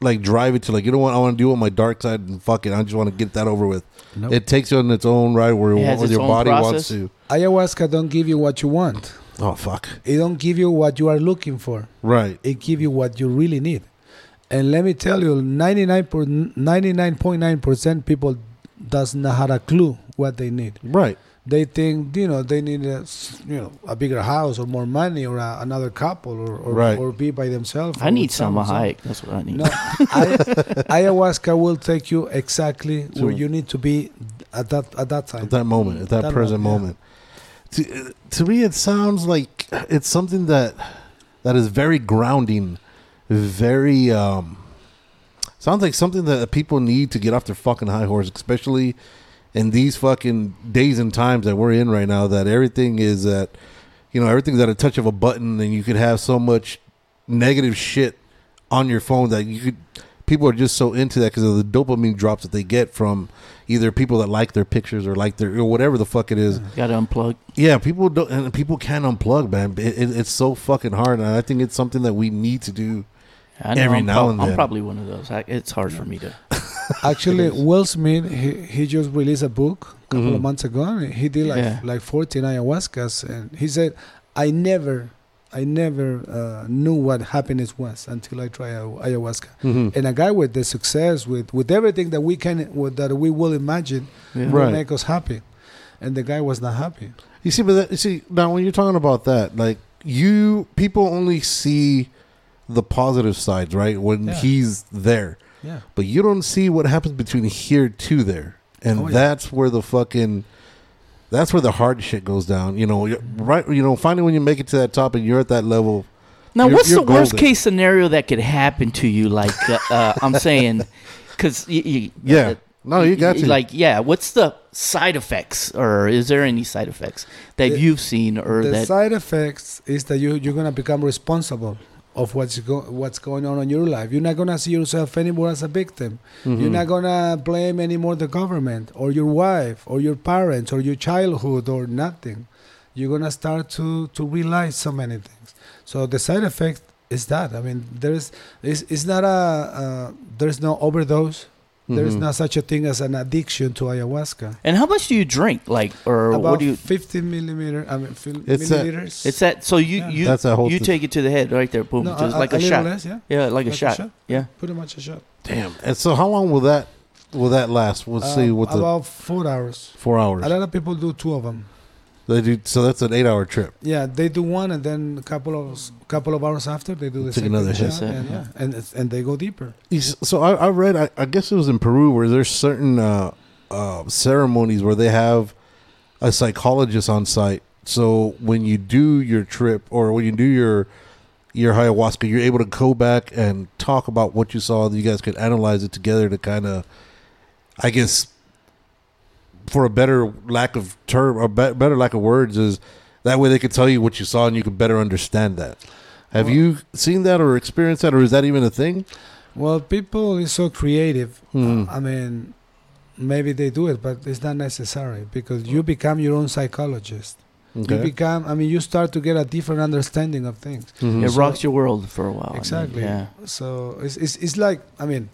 like drive it to like you know what I want to do on my dark side and fuck it. I just want to get that over with.
Nope.
It takes you on its own ride where,
It has
where
its
your
own
body wants
process.
to.
ayahuasca don't give you what you want.
Oh fuck!
It don't give you what you are looking for.
Right.
it give you what you really need. And let me tell you, 99.9 percent people does not have a clue what they need.
Right.
They think you know they need a s- you know a bigger house or more money or a, another couple or or,
Right.
or be by themselves.
I
or
need
with
some
someone.
hike. That's what I need. [LAUGHS]
No, I, ayahuasca will take you exactly where
To-
you need to be at that at that time.
At that moment, at that,
That
present moment.
moment,
To, to me, it sounds like it's something that that is very grounding, very um, sounds like something that people need to get off their fucking high horse, especially in these fucking days and times that we're in right now. That everything is at, you know, everything's at a touch of a button, and you could have so much negative shit on your phone that you could people are just so into that because of the dopamine drops that they get from either people that like their pictures or like their or whatever the fuck it is.
Got to unplug.
Yeah, people don't and people can't unplug, man. It, it, it's so fucking hard, and I think it's something that we need to do.
I know
Every
I'm
now
prob-
and
I'm
then.
probably one of those. I, it's hard
[LAUGHS]
for me to.
Actually, Will Smith he, he just released a book a couple
Mhm.
of months ago, and he did like
Mm-hmm. Yeah.
like fourteen ayahuascas, and he said, "I never, I never uh, knew what happiness was until I tried ayahu- ayahuasca."
Mm-hmm.
And a guy with the success, with with everything that we can, with, that we will imagine,
Yeah.
will
Right.
make us happy, and the guy was not happy.
You see, but that, you see now when you're talking about that, like you people only see the positive sides, right? When
Yeah.
he's there,
Yeah,
but you don't see what happens between here to there, and
Oh, yeah.
that's where the fucking that's where the hard shit goes down. You know, you're- right? You know, finally when you make it to that top and you're at that level,
Now,
You're-
what's
you're
the worst
golden.
case scenario that could happen to you? Like, uh, uh, I'm saying, [LAUGHS] because y- y-
yeah.
uh,
no, you got
y-
to
Like, yeah. What's the side effects, or is there any side effects that
The-
you've seen, or
the
that?
side effects is that you you're gonna become responsible of what's go, what's going on in your life. You're not gonna see yourself anymore as a victim.
Mm-hmm.
You're not gonna blame anymore the government or your wife or your parents or your childhood or nothing. You're gonna start to to realize so many things. So the side effect is that. I mean, there's it's, it's not a uh, there's no overdose. There's
Mm-hmm.
Mhm.
not such a thing as an addiction to ayahuasca.
and how much do you drink? Like, or
About
what do you?
50 millimeter. I mean, fil-
It's a-
milliliters.
It's that. So you
Yeah.
you
That's a whole
you
th-
take it to the head right there. Boom,
No,
just like a,
little
shot.
less, yeah.
Yeah, like, a,
Like a
shot.
shot.
Yeah.
Pretty much a shot.
damn. And so, how long will that will that last? We'll see
Um,
what the
about four hours.
four hours.
A lot of people do two of them.
They do, so that's an eight-hour trip.
Yeah, they do one, and then a couple of couple of hours after they do the
Take
second
another hit.
shot, and, yeah, and it's- and they go deeper.
You s- So I, I read, I, I guess it was in Peru, where there's certain uh, uh, ceremonies where they have a psychologist on site. So when you do your trip or when you do your your ayahuasca, you're able to go back and talk about what you saw. You guys could analyze it together to kind of, I guess, for a better lack of term or be- better lack of words, is that way they could tell you what you saw and you could better understand that. Have
Well-
you seen that or experienced that, or is that even a thing?
Well, people is so creative.
Hmm.
I mean, maybe they do it, but it's not necessary because you become your own psychologist. You become, I mean, you start to get a different understanding of things.
Mhm.
It
So-
rocks your world for a while. I mean,
Exactly.
yeah.
So it's, it's, it's like, I mean,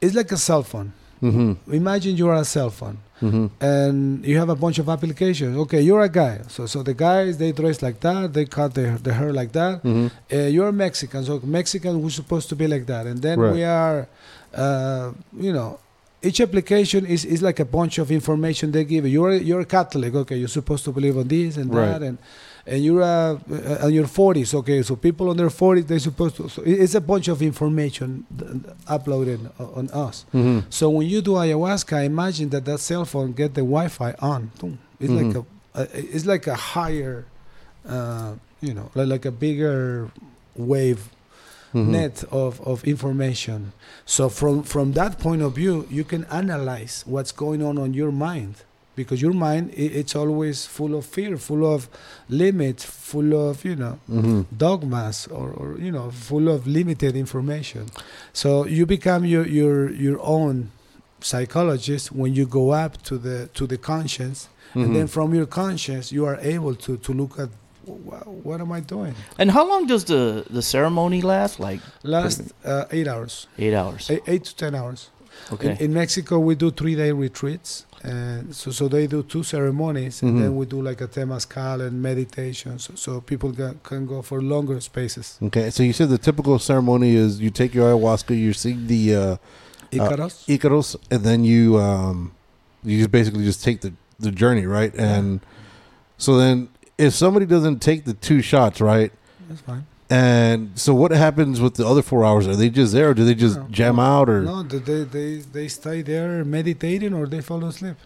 it's like a cell phone.
Mhm.
Imagine you are a cell phone
Mhm.
and you have a bunch of applications. Okay, you're a guy. So, so the guys, they dress like that, they cut their, their hair like that.
Mhm.
uh, you're Mexican, so Mexican we're supposed to be like that, and then
Right.
we are, uh, you know, each application is, is like a bunch of information they give you. You're you're a Catholic, okay, you're supposed to believe on this and
Right.
that, and and you're uh, uh, and you're forties, okay, so people under forties they're supposed to. So it- it's a bunch of information th- th- uploaded o- on us.
Mhm.
So when you do ayahuasca, imagine that that cell phone get the Wi-Fi on. Boom. It's like
Mhm.
a, a it's like a higher, uh, you know, like, like a bigger wave
Mhm.
net of, of information. So from from that point of view, you can analyze what's going on on your mind because your mind i it's always full of fear, full of limits, full of you know
Mhm.
dogmas or, or you know full of limited information so you become your your your own psychologist when you go up to the to the conscience
Mhm.
and then from your conscience you are able to to look at "Wha- what am i doing
And how long does the, the ceremony last? Like
last uh, eight hours
eight hours.
eight, eight to ten hours
okay.
in, in mexico we do three day retreats and so, so they do two ceremonies and
Mhm.
then we do like a temazcal and meditation so, so people can, can go for longer spaces
Okay, so you said the typical ceremony is you take your ayahuasca, you sing the uh,
Icaros?
Icaros, and then you um, you just basically just take the the journey, right? And so then, if somebody doesn't take the two shots, right?
that's fine
And so what happens with the other four hours? Are they just there, or do they just
No.
jam out, or
No, th- they, they they stay there meditating or they fall asleep.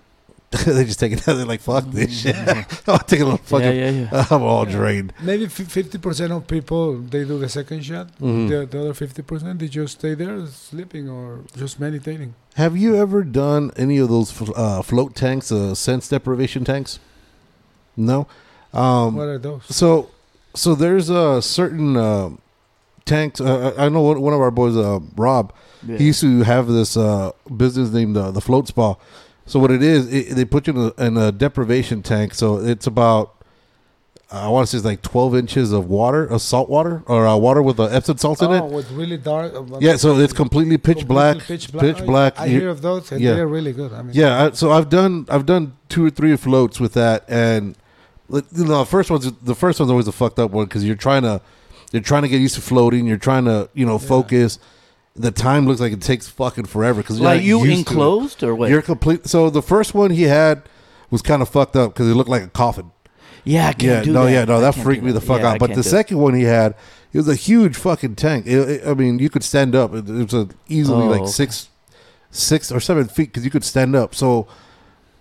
[LAUGHS] they just take it out? They're like, "Fuck this shit! [LAUGHS] I'll take a little
yeah,
fucking.
yeah, yeah.
[LAUGHS] I'm all
Mm-hmm. Yeah.
drained."
Maybe fifty percent of people they do the second shot.
Mhm.
The, the other fifty percent they just stay there sleeping or just meditating.
Have you ever done any of those fl- uh, float tanks, uh, sense deprivation tanks? No. Um,
What are those?
So, so there's a certain uh, tanks. Uh, I I know one one of our boys, uh, Rob.
Yeah.
He used to have this uh, business named uh, the Float Spa. So what it is, it, they put you in a, in a deprivation tank. So it's about I want to say it's like 12 inches of water, of salt water, or uh, water with uh, Epsom salt in
oh,
it.
with really dark. uh,
Yeah. So it's completely pitch
completely
black.
Pitch black.
Pitch
I-
black.
I,
You-
hear of those, and
yeah.
they're really good. I mean,
yeah, I, so I've done I've done two or three floats with that, and like, you know, the first one's the first one's always a fucked up one because you're trying to you're trying to get used to floating, you're trying to you know
Yeah.
focus. The time looks like it takes fucking forever because
like you
used to it.
enclosed or what?
You're complete. So the first one he had was kind of fucked up because it looked like a coffin.
yeah, I can't
Yeah,
do
no,
that.
yeah, no,
I
that
can't
freaked
do
me the fuck
Yeah, I
out. But
can't
the
do it.
second one he had, it was a huge fucking tank. It, it- I mean, you could stand up. It, it was a, easily
Oh,
like
okay.
six, six or seven feet because you could stand up. So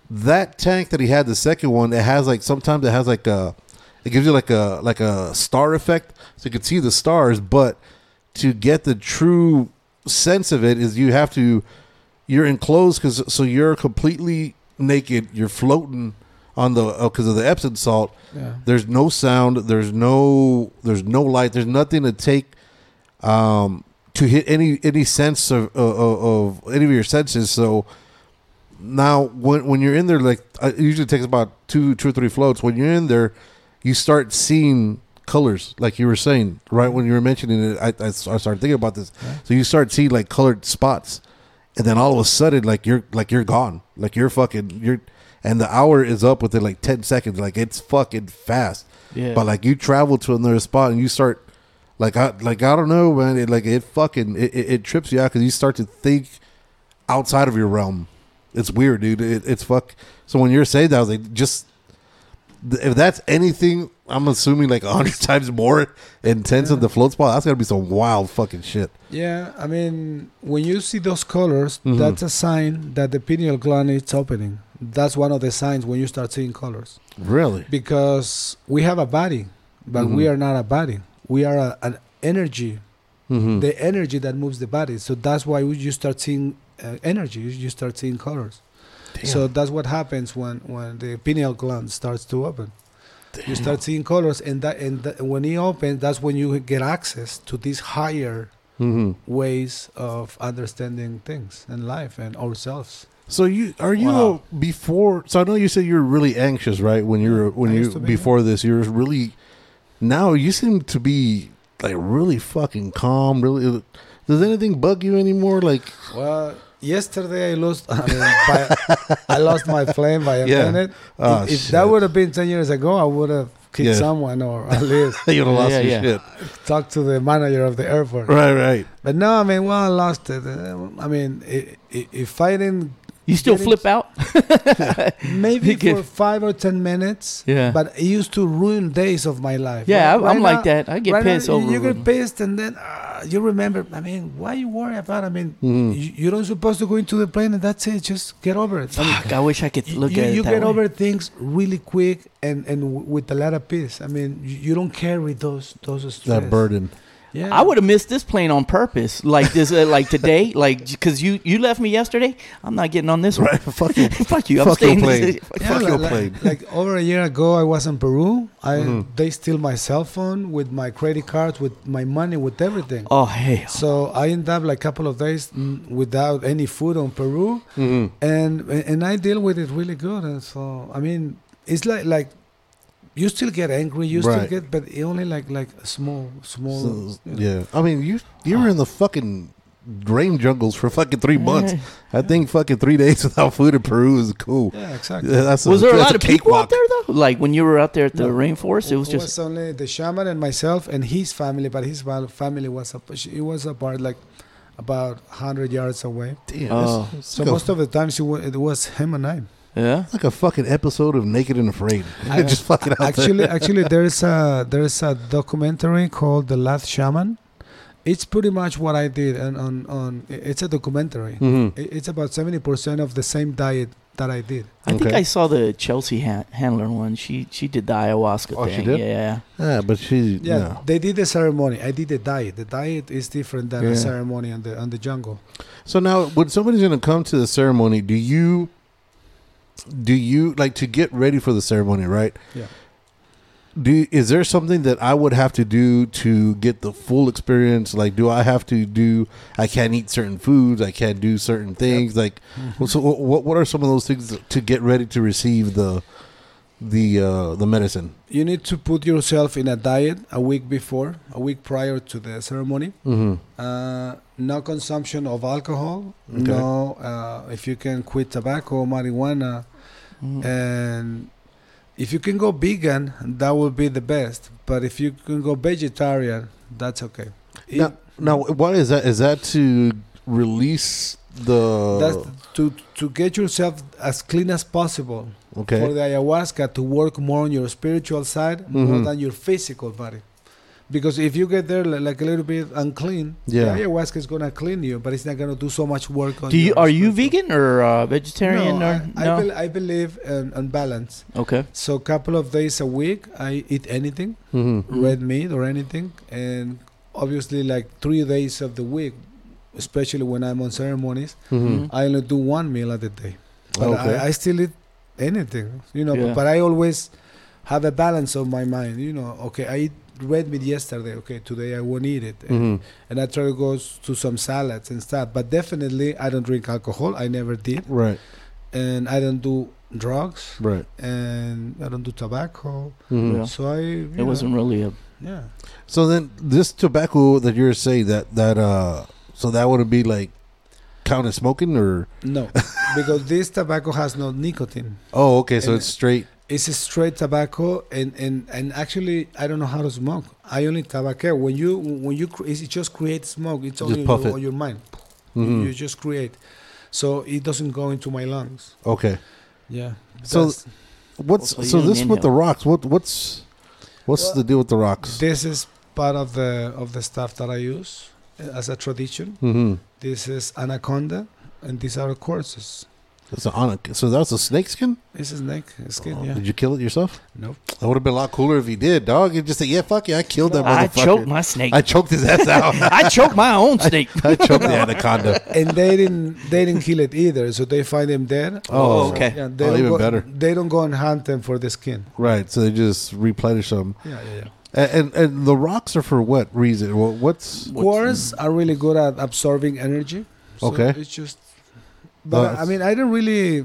that tank that he had, the second one, it has like sometimes it has like a, it gives you like a like a star effect, so you could see the stars. But to get the true sense of it, is you have to, you're enclosed because so you're completely naked. You're floating on the because of the Epsom salt.
yeah.
There's no sound. There's no. There's no light. There's nothing to take, um, to hit any any sense of of, of any of your senses. So now, when when you're in there, like uh, it usually takes about two two or three floats. When you're in there, you start seeing colors, like you were saying right when you were mentioning it. I I, s- I started thinking about this.
Yeah.
So you start seeing like colored spots, and then all of a sudden, like you're like you're gone, like you're fucking you're. And the hour is up within like ten seconds. Like it's fucking fast.
Yeah.
But like you travel to another spot and you start like I like I don't know man it like it fucking it, it, it trips you out because you start to think outside of your realm. It's weird, dude. It, it's fuck. So when you're saying that, I was like, just th- if that's anything, I'm assuming like a hundred [LAUGHS] times more intense than the float spot. That's gotta be some wild fucking shit.
Yeah, I mean, when you see those colors,
Mhm.
that's a sign that the pineal gland is opening. That's one of the signs when you start seeing colors.
Really?
because we have a body but we
Mhm.
are not a body we are a, an energy
Mm-hmm.
the energy that moves the body so that's why we, you start seeing uh, energy you you start seeing colors so that's what happens when when the pineal gland starts to open you start seeing colors and that and that, when it opens that's when you get access to these higher
mm-hmm.
ways of understanding things and life and ourselves
So you are you
Wow.
before? So I know you said you were really anxious, right? When you were when
I
you
used to be,
before this, you were really. Now you seem to be like really fucking calm. Really, does anything bug you anymore? Like [LAUGHS]
Well, yesterday I lost. I, mean, by, I lost my flame by a
Yeah.
minute.
Ah,
if, if
shit.
that would have been ten years ago, I would have kicked
Yeah.
someone or at least
[LAUGHS]
you would have lost
Yeah,
your
yeah.
shit.
talked to the manager of the airport.
Right, right.
But no, I mean, well, I lost it. Uh, I mean, i- i- if I didn't,
You still
Get it?
flip out?
maybe
You get-
for five or ten minutes.
Yeah.
But it used to ruin days of my life.
yeah,
Right-
I, I'm
right
like
now-
that. I get
right now,
pissed
you-
over.
You
it.
get pissed, and then uh, you remember. I mean, why you worry about? I mean,
Mm-hmm.
Mhm.
you, you're not supposed to go into the plane, and that's it. Just get over it. I mean,
Fuck, I wish I could
you-
look
you,
at it
you
that
get
way.
over things really quick and and w- with a lot of peace. I mean, you, you don't carry those those stress.
That burden.
Yeah.
I would have missed this plane on purpose, like this, uh, like today, like because you you left me yesterday. I'm not getting on this one.
Right. [LAUGHS] Fuck you.
[LAUGHS] fuck you. I'm
Fuck your
staying.
plane.
fuck-
Yeah,
Fuck
like,
your
like-
plane.
Like, over a year ago, I was in Peru. I
Mhm.
they steal my cell phone with my credit cards, with my money, with everything.
Oh hell.
So I end up like a couple of days mm, without any food on Peru,
Mhm.
and and I deal with it really good. And so I mean, it's like like you still get angry, you still
Right.
get, but it only like like small small.
So,
Mm.
you know.
yeah, I mean you you were in the fucking rain jungles for fucking
[LAUGHS]
three months. I think fucking three days [LAUGHS] without food in Peru is cool.
Yeah, exactly.
Yeah, that's
Was there a
that's
lot of people out
cakewalk.
there though? Like when you were out there at the
No.
rainforest, it was
It
just
only the shaman and myself and his family, but his val- family was up, it was apart like about hundred yards away.
Damn,
Oh.
that's-
Uh, So
that's
most of the times it wa- it was him and I.
yeah.
It's like a fucking episode of Naked and Afraid.
I-
[LAUGHS] just fucking out
actually actually there is a there is a documentary called the last shaman it's pretty much what i did and on on it's a documentary
there. Mhm.
I- it's about 70% of the same diet that i did
I think
Okay.
I saw the Chelsea ha- Handler one. She she did the ayahuasca
Oh, she
thing.
did?
Yeah.
Yeah, but she.
yeah
no.
they did the ceremony i did the diet the diet is different than a
Yeah.
ceremony on the on the jungle
So now, when somebody's going to come to the ceremony, do you, do you like to get ready for the ceremony, right?
Yeah.
Do is there something that I would have to do to get the full experience? Like, do I have to do? I can't eat certain foods. I can't do certain things. Like, well, so wh- what? What are some of those things to get ready to receive the, the uh the medicine?
you need to put yourself in a diet a week before a week prior to the ceremony
Mm-hmm.
Uh, no consumption of alcohol.
Okay.
No, uh, if you can quit tobacco, marijuana,
Mm.
Mhm.
and if you can go vegan, that would be the best. But if you can go vegetarian, that's okay. It-
Now, now, what is that? Is that to release the?
that's to to get yourself as clean as possible for
okay.
the ayahuasca to work more on your spiritual side more
Mhm.
than your physical body. Because if you get there li- like a little bit unclean,
Yeah.
the ayahuasca is gonna clean you, but it's not gonna do so much work on.
Do you
your
are you
spiritual-
vegan or uh, vegetarian
no,
or
I,
no?
I, bel I believe in, in balance.
okay.
So a couple of days a week, I eat anything,
hmm
Mhm.
red meat or anything, and obviously like three days of the week, especially when I'm on ceremonies,
hmm
I only do one meal at a day. But
Okay.
I, I still eat anything, you know.
Yeah.
But, but I always have a balance of my mind, you know. Okay, I eat red meat yesterday. Okay, today I won't eat it,
Mm-hmm.
and,
hmm
and I try to go s- to some salads and stuff. But definitely, I don't drink alcohol. I never did
Right.
and I don't do drugs
Right.
and I don't do tobacco.
Mhm.
Yeah.
So I you
It wasn't really a
yeah.
So then, this tobacco that you're saying that that uh, so that would be like count as smoking or
No,
[LAUGHS]
because this tobacco has no nicotine.
oh, okay, so
And-
it's straight.
It's a straight tobacco, and, and, and actually, I don't know how to smoke. I only tabacco. When you when you cre- it just creates smoke. It's only
puff it.
on your mind.
Mhm.
You just create, so it doesn't go into my lungs.
Okay.
Yeah.
So
That's-
What's
Also, you
so
don't
this with
inhale.
the rocks? What what's what's
Well,
the deal with the rocks?
this is part of the of the stuff that I use uh, as a tradition.
Mm-hmm.
This is anaconda, and these are courses.
That's a, on a, so that's a snake skin.
It's a snake a skin,
Oh,
yeah.
Did you kill it yourself?
Nope.
That would have been a lot cooler if you did, dog. You just say, yeah, fuck yeah, I killed that
I
motherfucker.
choked my snake.
I
I,
choked his ass out.
choked my own snake.
[LAUGHS] I choked the anaconda.
And they didn't they didn't kill it either, so they find them dead.
Oh,
So,
okay.
Yeah, they
Oh,
don't
even
go,
better.
They don't go and hunt them for the skin.
Right. So they just replenish them.
Yeah, yeah, yeah.
And, and and the rocks are for what reason? What, what's
Quartz are really good at absorbing energy. So
Okay.
It's just But I
That's-
mean, I don't really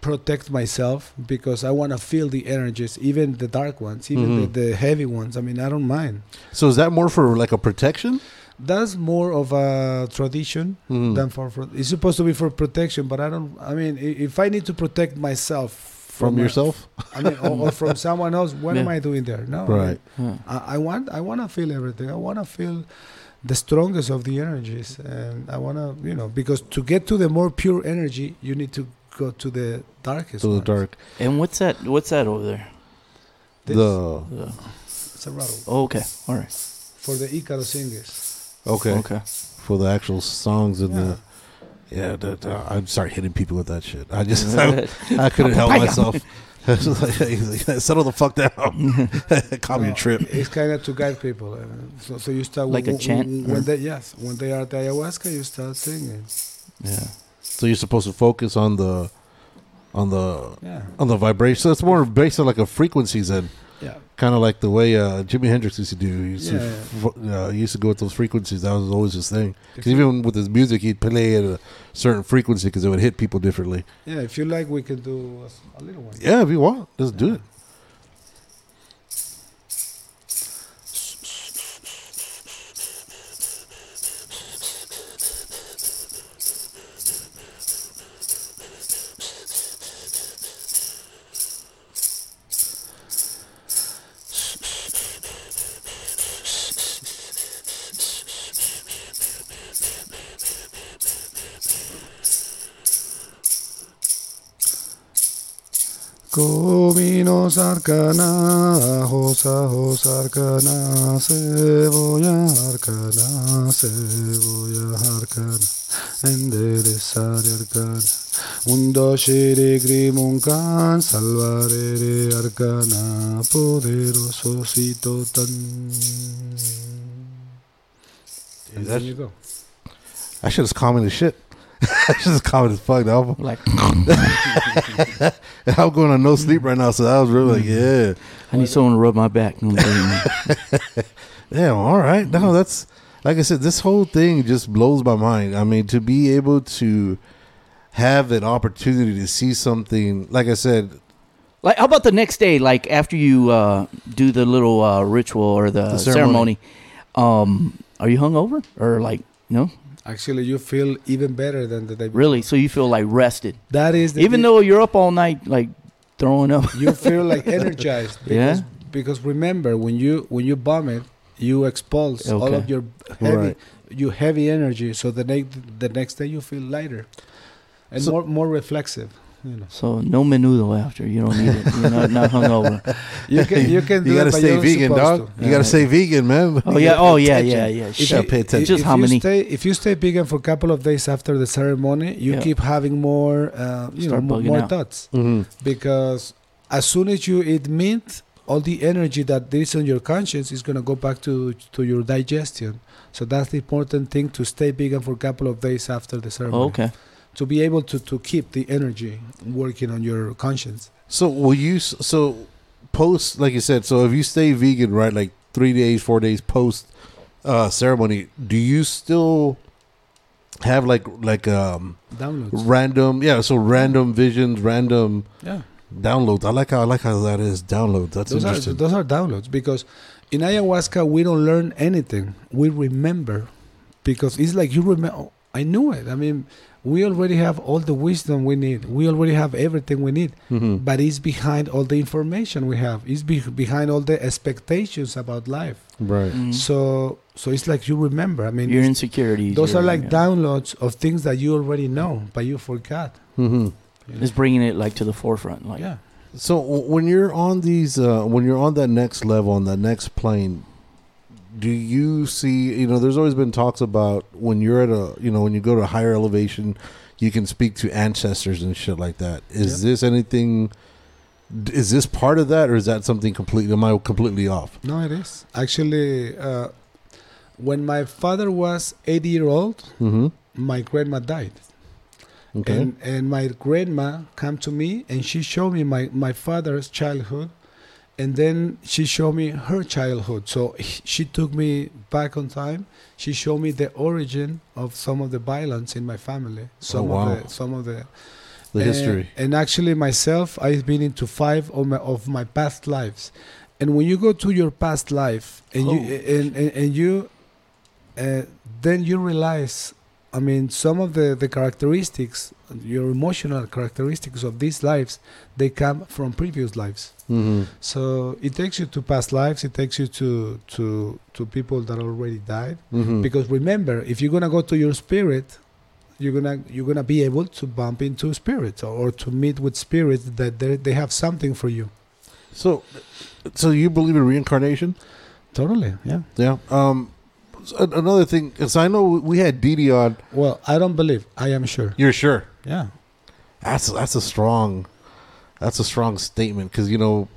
protect myself because I want to feel the energies, even the dark ones, even
Mhm.
the, the heavy ones. I mean, I don't mind.
So is that more for like a protection?
That's more of a tradition
Mm.
than for, for. It's supposed to be for protection, but I don't. I mean, i- if I need to protect myself
from
a-
yourself,
I mean, or, or
[LAUGHS]
from someone else, what am
Yeah.
I doing there? No, I mean,
right?
Huh.
I, I want I want to feel everything. I want to feel the strongest of the energies, and I want to you know because to get to the more pure energy, you need to go to the darkest.
To the
ones.
dark,
And what's that? What's that over there?
This
the
Uh,
is a rattle
oh, okay, all right,
for the Icaro singers.
okay.
okay.
for the actual songs and the yeah. That, uh, I'm sorry hitting people with that shit. I
[LAUGHS]
just [LAUGHS] I, I couldn't help myself. [LAUGHS] I was like, hey, he's like, Settle the fuck down. [LAUGHS] Calm your
Well,
trip.
It's kind of to guide people. Uh, so, so you start
Like a chant, or-
When they, yes, when they are at the ayahuasca, you start singing.
yeah,
So you're supposed to focus on the on the
Yeah,
on the vibration. So it's more based on like a frequencies and
yeah.
kind of like the way uh, Jimi Hendrix used to do. He used,
Yeah.
to, f- uh, he used to go with those frequencies. That was always his thing. 'Cause even with his music, he'd play at a certain frequency because it would hit people differently.
Yeah, if you like, we can do a s- a little one.
Yeah, if you want, let's do it.
Comino sarcana, josa, josa, arcana, cebolla, arcana, cebolla, arcana, enderezar, arcana. Un doshiri grimuncan, salvarere, arcana, poderoso, cito, tan. And there
That's-
you go.
That shit is common as shit. [LAUGHS] that shit is common as fuck. Now.
like
I'm going on no sleep right now, so I was really like,
Mm-hmm.
yeah,
I need someone to rub my back. No, kidding.
damn, all right.
Mm-hmm.
No, that's like I said. This whole thing just blows my mind. I mean, to be able to have an opportunity to see something, like I said,
[LAUGHS] like, how about the next day? Like after you uh, do the little uh, ritual or the,
The ceremony.
ceremony, um, are you hungover or like no?
Actually, you feel even better than the day. before.
Really? So you feel like rested,
That is the
even
di-
though you're up all night like throwing up.
you feel like energized because
Yeah.
because remember when you when you vomit you expulse all of
Okay.
your heavy
Right.
you heavy energy so the next the next day you feel lighter and
So-
more more reflexive
[LAUGHS]
you know
So no menudo after. You don't need it. You're not, not hungover.
you can
[LAUGHS]
you can do
you gotta
it, but
stay
you're
vegan, dog.
supposed to.
You gotta
Yeah.
stay vegan, man.
Oh
[LAUGHS]
yeah. Oh yeah.
attention.
Yeah. Yeah.
If
Shit.
gotta pay attention.
Just how
you
many-
stay if you stay vegan for a couple of days after the ceremony you
Yeah.
keep having more uh, you know
Start
mo-
bugging
more
out.
thoughts
Mm-hmm.
because as soon as you eat meat, all the energy that there is on your conscience is gonna go back to to your digestion. So that's the important thing to stay vegan for a couple of days after the ceremony.
Oh, okay.
To be able to, to keep the energy working on your conscience.
So will you? s- So post, like you said. So if you stay vegan, right, like three days, four days post uh, ceremony, do you still have like like um
Downloads.
random? Yeah, so random visions, random
Yeah.
downloads. I like how I like how that is downloads. That's
Those are
interesting.
those are downloads because in ayahuasca we don't learn anything. We remember because it's like you remember I knew it. I mean, we already have all the wisdom we need. We already have everything we need.
Mhm.
but it's behind all the information we have it's be- behind all the expectations about life
Right.
Mm.
so so it's like you remember i mean
your
it's-
insecurities.
those
your-
are like
yeah.
downloads of things that you already know but you forgot
Mm-hmm.
It's bringing it like to the forefront. Like
yeah
So w- when you're on these, uh, when you're on that next level, on that next plane, do you see? You know, there's always been talks about when you're at a, you know, when you go to a higher elevation, you can speak to ancestors and shit like that. Is this anything? d- Is this part of that, or is that something completely? Am I completely off?
no it is actually uh, when my father was 80 year old
Mm-hmm.
my grandma died
Okay.
and, and my grandma come to me and she showed me my, my father's childhood and then she showed me her childhood. So she took me back on time. She showed me the origin of some of the violence in my family. Some
Oh, wow.
of the some of the
The
and-
history.
Eh, And actually, myself, I've been into five of my, of my past lives. And when you go to your past life, and you
Oh.
and and, and you, uh, then you realize. I mean, some of the, the characteristics, your emotional characteristics of these lives, they come from previous lives.
Mm-hmm.
So it takes you to past lives. It takes you to to to people that already died.
Mm-hmm.
Because remember, if you're gonna go to your spirit, you're gonna you're gonna be able to bump into spirits or, or to meet with spirits that they they have something for you.
So, so you believe in reincarnation?
Totally, yeah.
Yeah. Um, s- an- another thing, because I know we had Didi on.
Well, I don't believe. I am sure.
You're sure?
Yeah.
That's that's a strong, that's a strong statement because you know,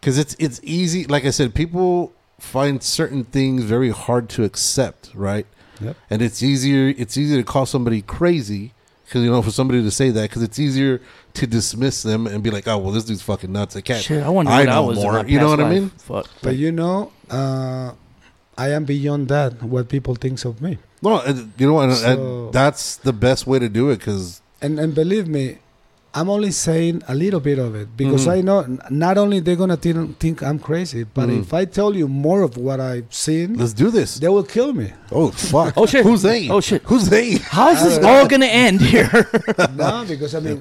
because it's it's easy. Like I said, people find certain things very hard to accept, right?
Yep.
And it's easier it's easier to call somebody crazy because you know for somebody to say that because it's easier to dismiss them and be like, oh well, this dudede's fucking nuts. I can't.
Shit, I wonder
I
what I
know
was. in
more.
my
You know
past
what I
life.
mean?
Fuck.
But you know, uh, I am beyond that. What people thinks of me.
No, and- you know, and, and
So-
that's the best way to do it because
and and believe me i'm only saying a little bit of it because
Mhm.
i know n- not only they're gonna think think i'm crazy but
Mhm.
if i tell you more of what i've seen
let's do this.
they will kill me
Oh fuck!
Oh, shit.
Who's they?
Oh, shit.
Who's they? [LAUGHS]
How is this all gonna end here?
Ah.
no because i mean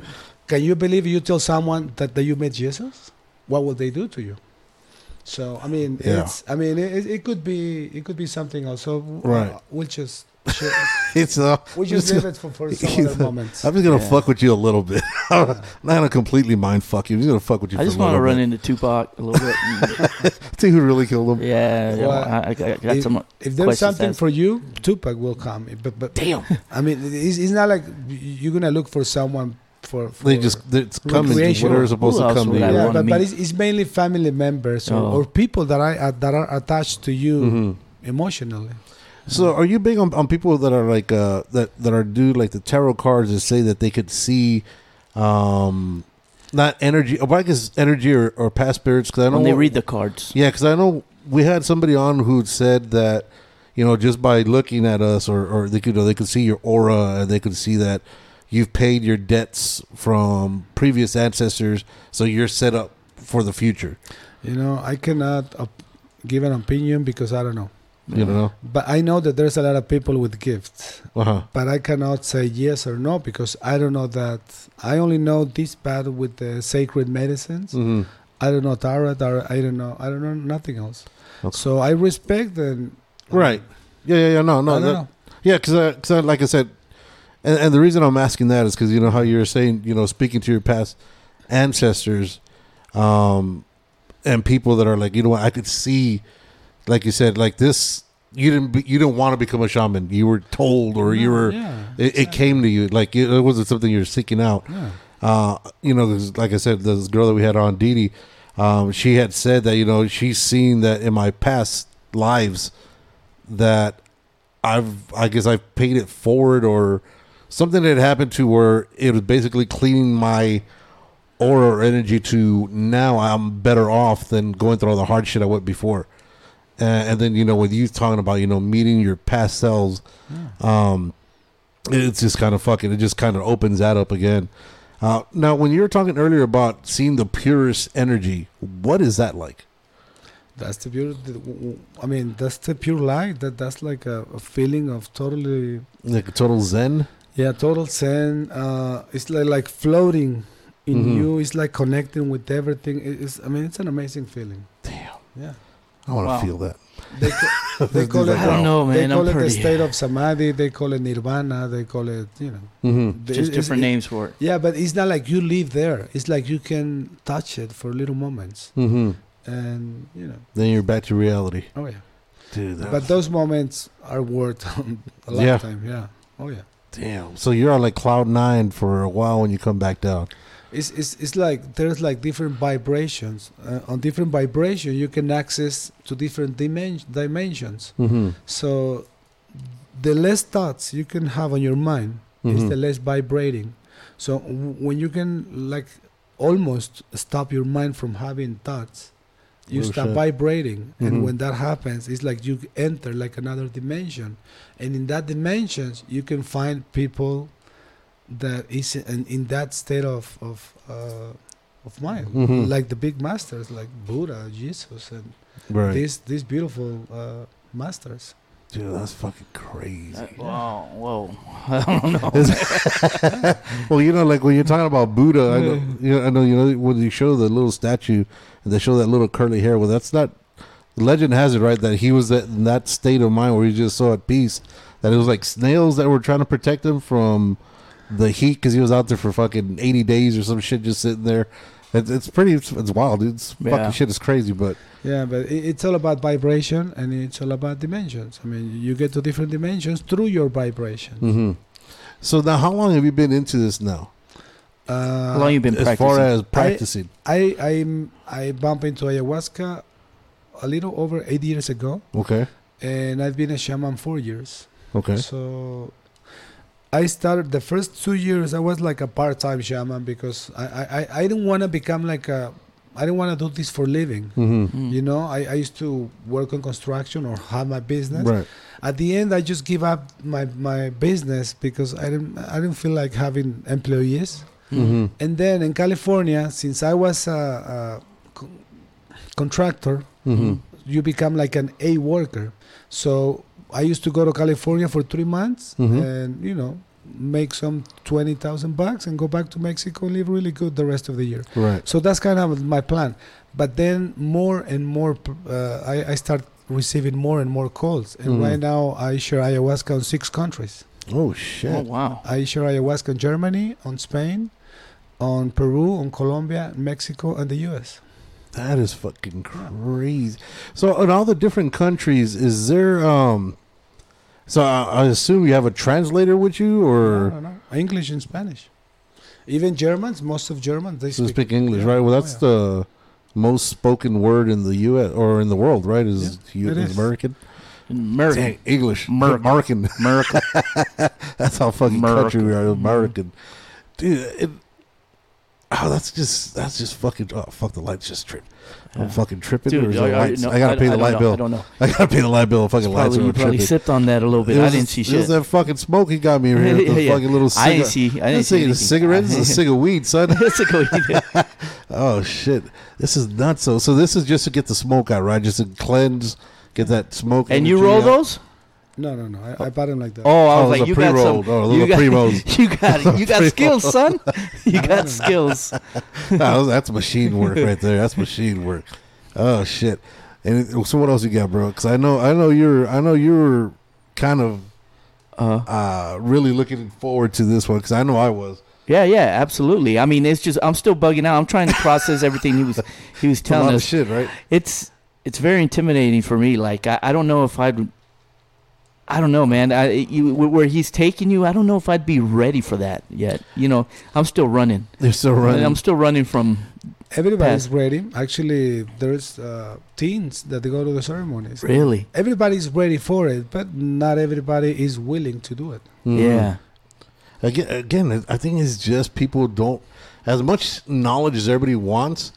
can you believe you tell someone that, that you met jesus what will they do to you so i mean
Yeah.
it's i mean it, it could be it could be something else so uh,
Right.
we'll just
It's uh,
we'll
[LAUGHS]
just leave it for, for some other moment
I'm just gonna
Yeah.
fuck with you a little bit. [LAUGHS] I'm not gonna completely mind fuck you. I'm just gonna fuck with you.
I
for
just
a
want to
little
run
bit.
into Tupac a little bit.
[LAUGHS]
and-
See who really killed him.
yeah, yeah,
Well,
I, I, I got
if-
some.
if there's
Questions
something
asked.
for you tupac will come but, but
Damn.
I mean, it's, it's not like you're gonna look for someone for. for
They just they- it's coming. to
Recreational.
Whatever's supposed
Who
to
else
come to
would
you.
I
yeah,
wanna
but, but
meet.
it's, it's mainly family members or,
Oh.
or people that I uh, that are attached to you
Mhm.
emotionally.
So, are you big on, on people that are like uh that that are do like the tarot cards that say that they could see, um, not energy, or I guess energy or, or past spirits? Because I know
When they read the cards.
Yeah, because I know we had somebody on who said that you know just by looking at us, or, or they could they could see your aura, and they could see that you've paid your debts from previous ancestors, so you're set up for the future.
You know, I cannot uh, give an opinion because I don't know.
You know,
But I know that there's a lot of people with gifts,
uh huh.
but I cannot say yes or no because I don't know that. I only know this path with the sacred medicines.
hmm
I don't know tarot. Or I don't know. I don't know nothing else.
Okay.
So I respect them.
Right. Yeah, yeah, yeah. No,
I
no,
don't
that-
know.
Yeah, because cause I, like I said, and, and the reason I'm asking that is because you know how you're saying, you know, speaking to your past ancestors, um, and people that are like, you know what, I could see, like you said, like this. You didn't. Be, you didn't want to become a shaman. You were told, or you
No,
were.
yeah,
It, it
exactly.
came to you. Like it, it wasn't something you were seeking out.
Yeah.
Uh, you know, 'cause like I said, this girl that we had on, Didi, um, she had said that you know she's seen that in my past lives that I've I guess I've paid it forward or something that had happened to where it was basically cleaning my aura or energy to now I'm better off than going through all the hard shit I went before. Uh, and then you know with you talking about you know meeting your past selves, um, it's just kind of fucking it just kind of opens that up again. Uh, now, when you were talking earlier about seeing the purest energy, what is that like?
That's the pure. the- w- w- I mean, that's the pure light. That that's like a, a feeling of totally,
Like a total zen?
yeah, total zen. Uh, it's like like floating in
Mhm.
you. It's like connecting with everything. It- it's. I mean, it's an amazing feeling.
Damn,
Yeah.
I want to
Wow.
feel that.
They, ca- they call it.
I don't know,
[LAUGHS] They
man.
call
I'm
it the
pretty.
state
[LAUGHS]
of samadhi. They call it nirvana. They call it, you know,
Mm-hmm.
the-
[LAUGHS] Just
it's-
different
it-
names for it.
Yeah, but it's not like you live there. It's like you can touch it for little moments,
Mm-hmm.
and you know,
Then you're back to reality,
oh yeah.
dude. That
But those moments are worth [LAUGHS] a
Yeah.
lifetime. Yeah. Oh yeah.
damn. So you're on like cloud nine for a while when you come back down.
It's, it's, it's like there's like different vibrations. Uh, on different vibration, you can access to different dimen- dimensions.
Mm-hmm.
So, the less thoughts you
Mm-hmm.
can have on your mind, is the less vibrating. So w- when you can like almost stop your mind from having thoughts. You
Oh,
stop
shit.
vibrating,
Mhm.
and when that happens, it's like you enter like another dimension, and in that dimensions you can find people that is in, in that state of of uh, of mind,
Mhm.
like the big masters, like Buddha, Jesus, and
Right.
these these beautiful uh, masters.
Dude, that's fucking crazy.
Uh, wow, whoa. [LAUGHS] I don't know.
It's- [LAUGHS] well, you know, like when you're talking about Buddha, I know, you know, I know, you know, when you show the little statue and they show that little curly hair, well, that's not. Legend has it, right, that he was that, in that state of mind where he just so at peace that it was like snails that were trying to protect him from the heat because he was out there for fucking 80 days or some shit just sitting there. It's, it's pretty, it's, it's wild, dude. It's
Yeah.
fucking shit is crazy, but
Yeah, but it, it's all about vibration and it's all about dimensions. I mean, you get to different dimensions through your vibration.
mhm. so now how long have you been into this now?
Uh,
How long you been
as
practicing?
far as practicing,
I I'm, I bump into ayahuasca a little over eight years ago,
okay,
and I've been a shaman four years.
okay,
So I started the first two years. I was like a part-time shaman because I I, I, I didn't want to become like a I didn't want to do this for living.
hmm
Mm.
You know, I, I used to work on construction or have my business.
right.
At the end, I just give up my, my business because I didn't I didn't feel like having employees.
hmm
And then in California, since I was a, a co- contractor,
hmm
Oh,
you become like an A worker. So I used to go to California for three months
Mhm.
and, you know, make some 20,000 bucks and go back to Mexico and live really good the rest of the year.
Right.
So that's kind of my plan. But then more and more, p- uh, I, I start receiving more and more calls. And
Mhm.
right now, I share ayahuasca on six countries.
Oh
Oh,
shit.
wow.
I share ayahuasca in Germany, on Spain, on Peru, on Colombia, Mexico, and the U.S.
That is fucking crazy. So in all the different countries, is there um so I, I assume you have a translator with you or
No, no, no. English and Spanish. Even Germans, most of Germans, they
so
speak.
speak English,
yeah.
right? Well
Oh,
that's the most spoken word in the US or in the world, right? Is you
it
is
is.
American?
American.
Dang, English.
Merc. [LAUGHS]
American.
America.
[LAUGHS] That's how fucking country we are,
Mm-hmm.
American. Dude, it, oh, that's just that's just fucking. Oh, fuck the lights just tripped. I'm
Yeah.
fucking tripping. or
Dude,
is it lights?
no,
I gotta pay the
don't
light
know,
bill.
I don't know.
[LAUGHS] I gotta pay the light bill. Fucking lights
Probably,
are
you probably
tripping.
sipped on that a little bit.
It
I
was-
didn't see
It was
shit.
that fucking smoke he got me.
Yeah,
Here, the
[LAUGHS] yeah.
fucking little
I
cigarette.
didn't see. I
I
didn't
didn't
see
say a
anything.
cigarette. This is a
[LAUGHS]
[LAUGHS] cig of weed, son.
It's a cigarette.
Oh shit, this is nuts. So, so this is just to get the smoke out, right? Just to cleanse, get that smoke.
And
energy
you roll
out.
those?
No, no, no. I, I bought them like that.
Oh,
Oh,
I
it
was
was
like,
a
you got
pre-rolled.
[LAUGHS] some.
Oh, those
you
are
got,
pre-rolls.
You [LAUGHS] got you got
Pre-roll.
skills, son. You [LAUGHS] got skills.
Nah, that's machine work right there. That's machine work. Oh shit. And it- so what else you got, bro? Because I know, I know you're, I know you're kind of
Uh,
uh, really looking forward to this one because I know I was.
yeah, yeah, absolutely. I mean, it's just I'm still bugging out. I'm trying to process everything he was [LAUGHS] he was
It's a lot
telling
of
us.
shit, right?
It's it's very intimidating for me. Like I, I don't know if I'd. I don't know, man. I, you, where he's taking you, I don't know if I'd be ready for that yet. You know, I'm still running.
They're still running.
I'm still running from.
Everybody's ready. Actually, there's uh, teens that they go to the ceremonies.
Really?
Everybody's ready for it, but not everybody is willing to do it.
Mhm.
Yeah.
Again, again, it- I think it's just people don't as much knowledge as everybody wants.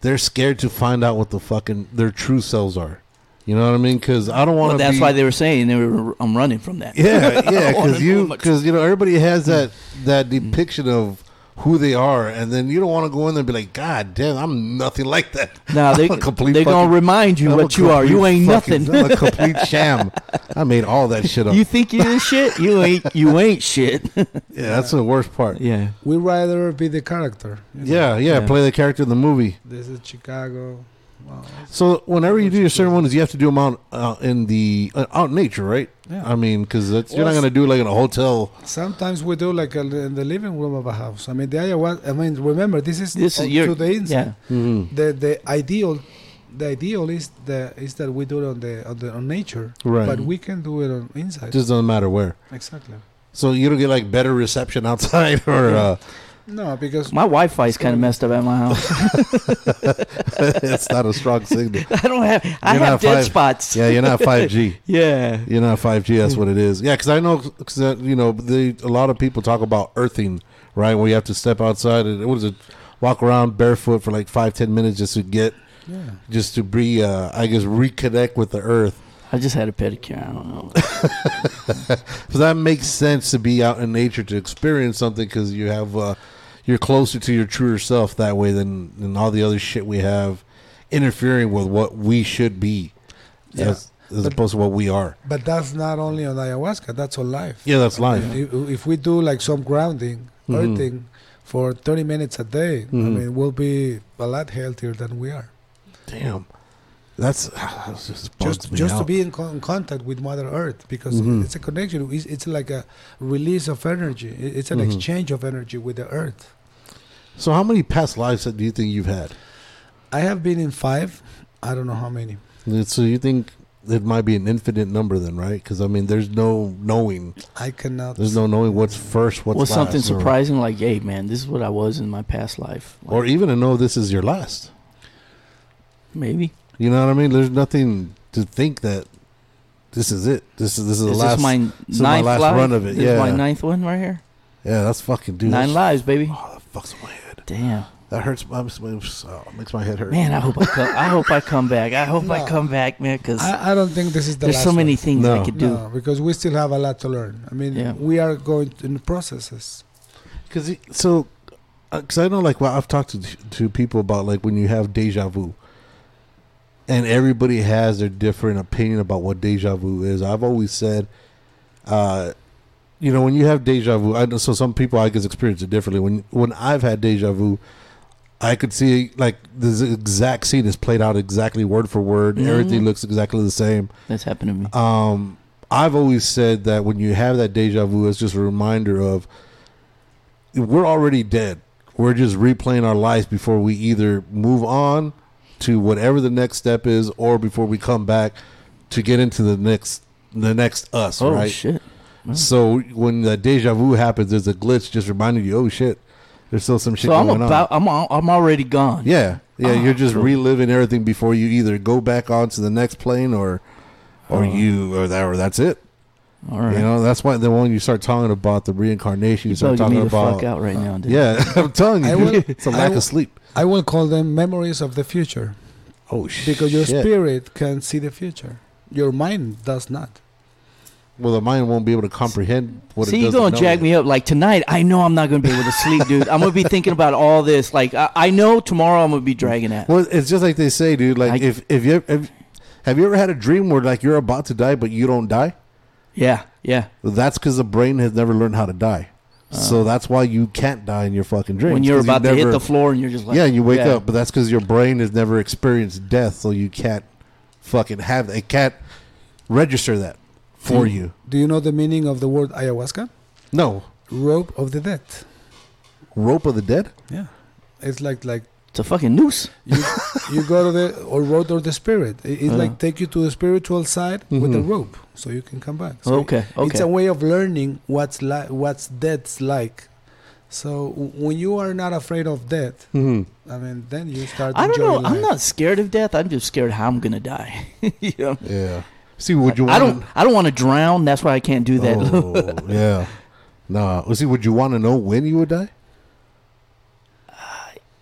They're scared to find out what the fucking their true selves are. You know what I mean? Because I don't want to.
Well, that's
be,
why they were saying they were. I'm running from that. [LAUGHS]
Yeah, yeah,
wanna
because
know
you
much.
because you know everybody
Mm.
has that that depiction of who they are, and then you don't want to go in there and be like, God damn, I'm nothing like that.
No, they
I'm a complete
they're gonna
fucking-
remind you
I'm a
what you are. You
complete
ain't
fucking-
nothing.
I'm
[LAUGHS]
a complete sham. I made all that shit up.
You think you this shit? You ain't you ain't shit.
yeah, that's the worst part. Yeah,
[LAUGHS] yeah.
We rather be the character. you know.
yeah,
Yeah.
play the character in the movie.
This is Chicago. Wow.
So whenever you do your ceremonies, you have to do them out uh, in the uh, out in nature, right?
Yeah.
I mean, because you're not
Well,
gonna do like in a hotel.
Sometimes we do like a, in the living room of a house. I mean, the ayahuasca. I mean, remember this is
This
up
is your
to the inside.
yeah.
hmm
The the ideal, the ideal is the is that we do it on the on the on nature,
Right,
but we can do it on inside.
just doesn't matter where.
exactly.
So you don't get like better reception [LAUGHS] outside or. Uh, [LAUGHS]
No, because
My Wi-Fi is kind of messed up at my house.
it's not a strong signal.
[LAUGHS] I don't have. I
You're not
have dead
five.
spots.
Yeah, you're not five
[LAUGHS]
G.
Yeah.
You're not five G. That's what it is. Yeah, because I know because you know they, a lot of people talk about earthing, right? Where you have to step outside and what is it? walk around barefoot for like five ten minutes just to get
Yeah.
just to be uh, I guess reconnect with the earth.
I just had a pedicure. I don't know.
So that makes sense to be out in nature to experience something because you have uh, you're closer to your truer self that way than than all the other shit we have interfering with what we should be.
Yeah.
As, as
But-
opposed to what we are.
But that's not only on ayahuasca, that's on life.
Yeah, that's
Ah,
life.
If, if we do like some grounding,
Mhm.
Mm-hmm.
earthing for 30 minutes a day, I
Mhm.
mean, we'll be a lot healthier than we are.
Damn. That's, [SIGHS] that's just bugs
Just,
me
just to
out.
be in, con- in contact with Mother Earth because
Mm-hmm.
Mhm.
it's a connection. It's, it's like a release of energy. It- It's an
Mm-hmm.
Mhm.
exchange of energy with the Earth.
So how many past lives do you think you've had?
I have been in five. I don't know how many.
So you think it might be an infinite number then, right? Because I mean, there's no knowing.
I cannot.
There's no knowing what's first, what's
Was
last,
something
or-
surprising like, hey man, this is what I was in my past life. Like,
or even to know this is your last.
maybe
You know what I mean? There's nothing to think that this is it. This is this is the
this
last.
is my
is my
ninth
last
life.
run of it,
This is my
yeah.
ninth one right here.
yeah, that's fucking dude.
Nine
that's-
lives, baby.
Oh, that fucks with my head.
Damn,
That hurts. My, oh, makes my head hurt.
man. I hope I come. I hope I come back. I hope I
No.
come back, man. Because
I, I don't think this is the
there's
last
so many
one.
things
No.
we could do.
No, because we still have a lot to learn. I mean,
Yeah.
we are going to, in processes.
Cause it- so, because I know like well, I've talked to to people about like when you have deja vu, and everybody has their different opinion about what deja vu is. I've always said, uh, you know, when you have deja vu, I know so some people I guess experience it differently. When when I've had deja vu. I could see like this exact scene is played out exactly word for word. Everything
Mhm.
looks exactly the same.
That's happened to me.
Um, I've always said that when you have that deja vu, it's just a reminder of we're already dead. We're just replaying our lives before we either move on to whatever the next step is, or before we come back to get into the next the next us.
oh
right.
shit. wow.
So when the deja vu happens, there's a glitch just reminding you, oh shit, there's still some shit
So I'm
going on.
about. I'm. al- I'm already gone.
Yeah, yeah.
Ah,
you're just
cool.
reliving everything before you either go back onto the next plane or, or
Oh.
you or that or that's it.
All right.
You know, that's why the one you start talking about the reincarnation, you
You're
start
bugging me
talking
the
about. uh,
fuck out right now, dude.
Yeah, [LAUGHS] I'm telling
I
you,
will-
[LAUGHS] it's a
I
lack
will-
of sleep.
I will call them memories of the future
Oh shit!
because your spirit can see the future. Your mind does not.
well, the mind won't be able to comprehend what.
See,
it
you're
doesn't
gonna
know
drag
yet.
me up. Like tonight, I know I'm not gonna be able to sleep, dude. I'm gonna be thinking about all this. Like I, I know tomorrow I'm gonna be dragging at.
Well, it's just like they say, dude. Like
I-
if if you if, have you ever had a dream where like you're about to die but you don't die?
Yeah, yeah.
That's because the brain has never learned how to die. so that's why you can't die in your fucking dreams.
Uh. When you're
'cause you
about to hit
never-
the floor and you're just like,
yeah, you wake up, but that's because your brain has never experienced death, so you can't fucking have it. Can't register that for
Hmm.
you.
Do you know the meaning of the word ayahuasca?
No,
Rope of the dead.
rope of the dead.
Yeah. It's like like
It's a fucking noose. [LAUGHS]
you, you go to the or road of the spirit. It- It's
Uh-huh. Mm-hmm.
like take you to the spiritual side with a
Mhm.
rope, so you can come back. So
Okay,
It's
okay.
a way of learning what's li- what's death's like. So w- when you are not afraid of death,
Mm-hmm.
I mean, then you start.
I don't know.
enjoying
I'm
life.
not scared of death. I'm just scared how I'm gonna die. [LAUGHS] you know?
Yeah. See, would you?
I
Wanna,
[LAUGHS] don't. I don't want to drown. That's why I can't do that.
Oh, yeah. Nah. Well, See, would you want to know when you would die?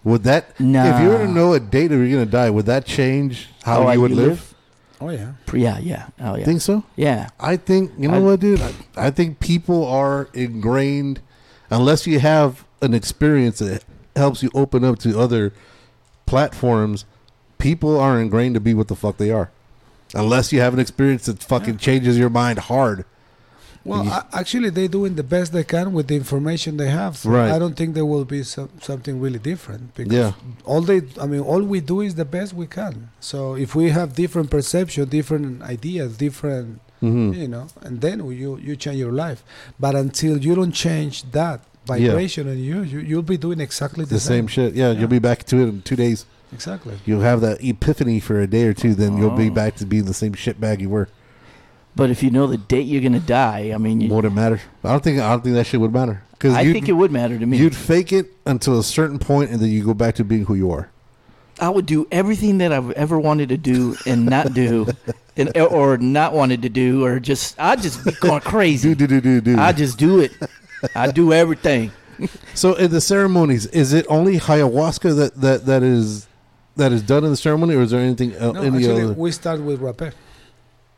Would that?
Nah.
If you were to know a date that you're gonna die, would that change how
I
you would live?
Oh yeah.
[LAUGHS] Yeah, yeah. Oh yeah.
Think so?
yeah.
I think you know
I-
what, dude. I, I think people are ingrained, unless you have an experience that helps you open up to other platforms. People are ingrained to be what the fuck they are, unless you have an experience that fucking changes your mind hard.
Well,
You-
a- actually, they're doing the best they can with the information they have. So
Right.
I don't think there will be some, something really different. Because
Yeah.
All they, I mean, all we do is the best we can. So if we have different perception, different ideas, different,
Mm-hmm.
you know, and then you you change your life. But until you don't change that vibration in you, you you'll be doing exactly the,
The same shit. Yeah,
Yeah.
you'll be back to it in two days.
Exactly.
You'll have that epiphany for a day or two, then you'll be
Oh.
back to being the same shit bag you were.
But if you know the date you're gonna die, I mean, you,
Would it matter? I don't think. I don't think that shit would matter. Because
I think it would matter to me.
you'd fake it until a certain point, and then you go back to being who you are.
I would do everything that I've ever wanted to do and not
[LAUGHS]
do, and or not wanted to do,
[LAUGHS]
or just I'd just be going crazy.
do do do do do.
I just do it. I do everything.
So in the ceremonies, is it only ayahuasca that that that is that is done in the ceremony, or is there anything el-
No,
any
actually,
other?
we start with rapé.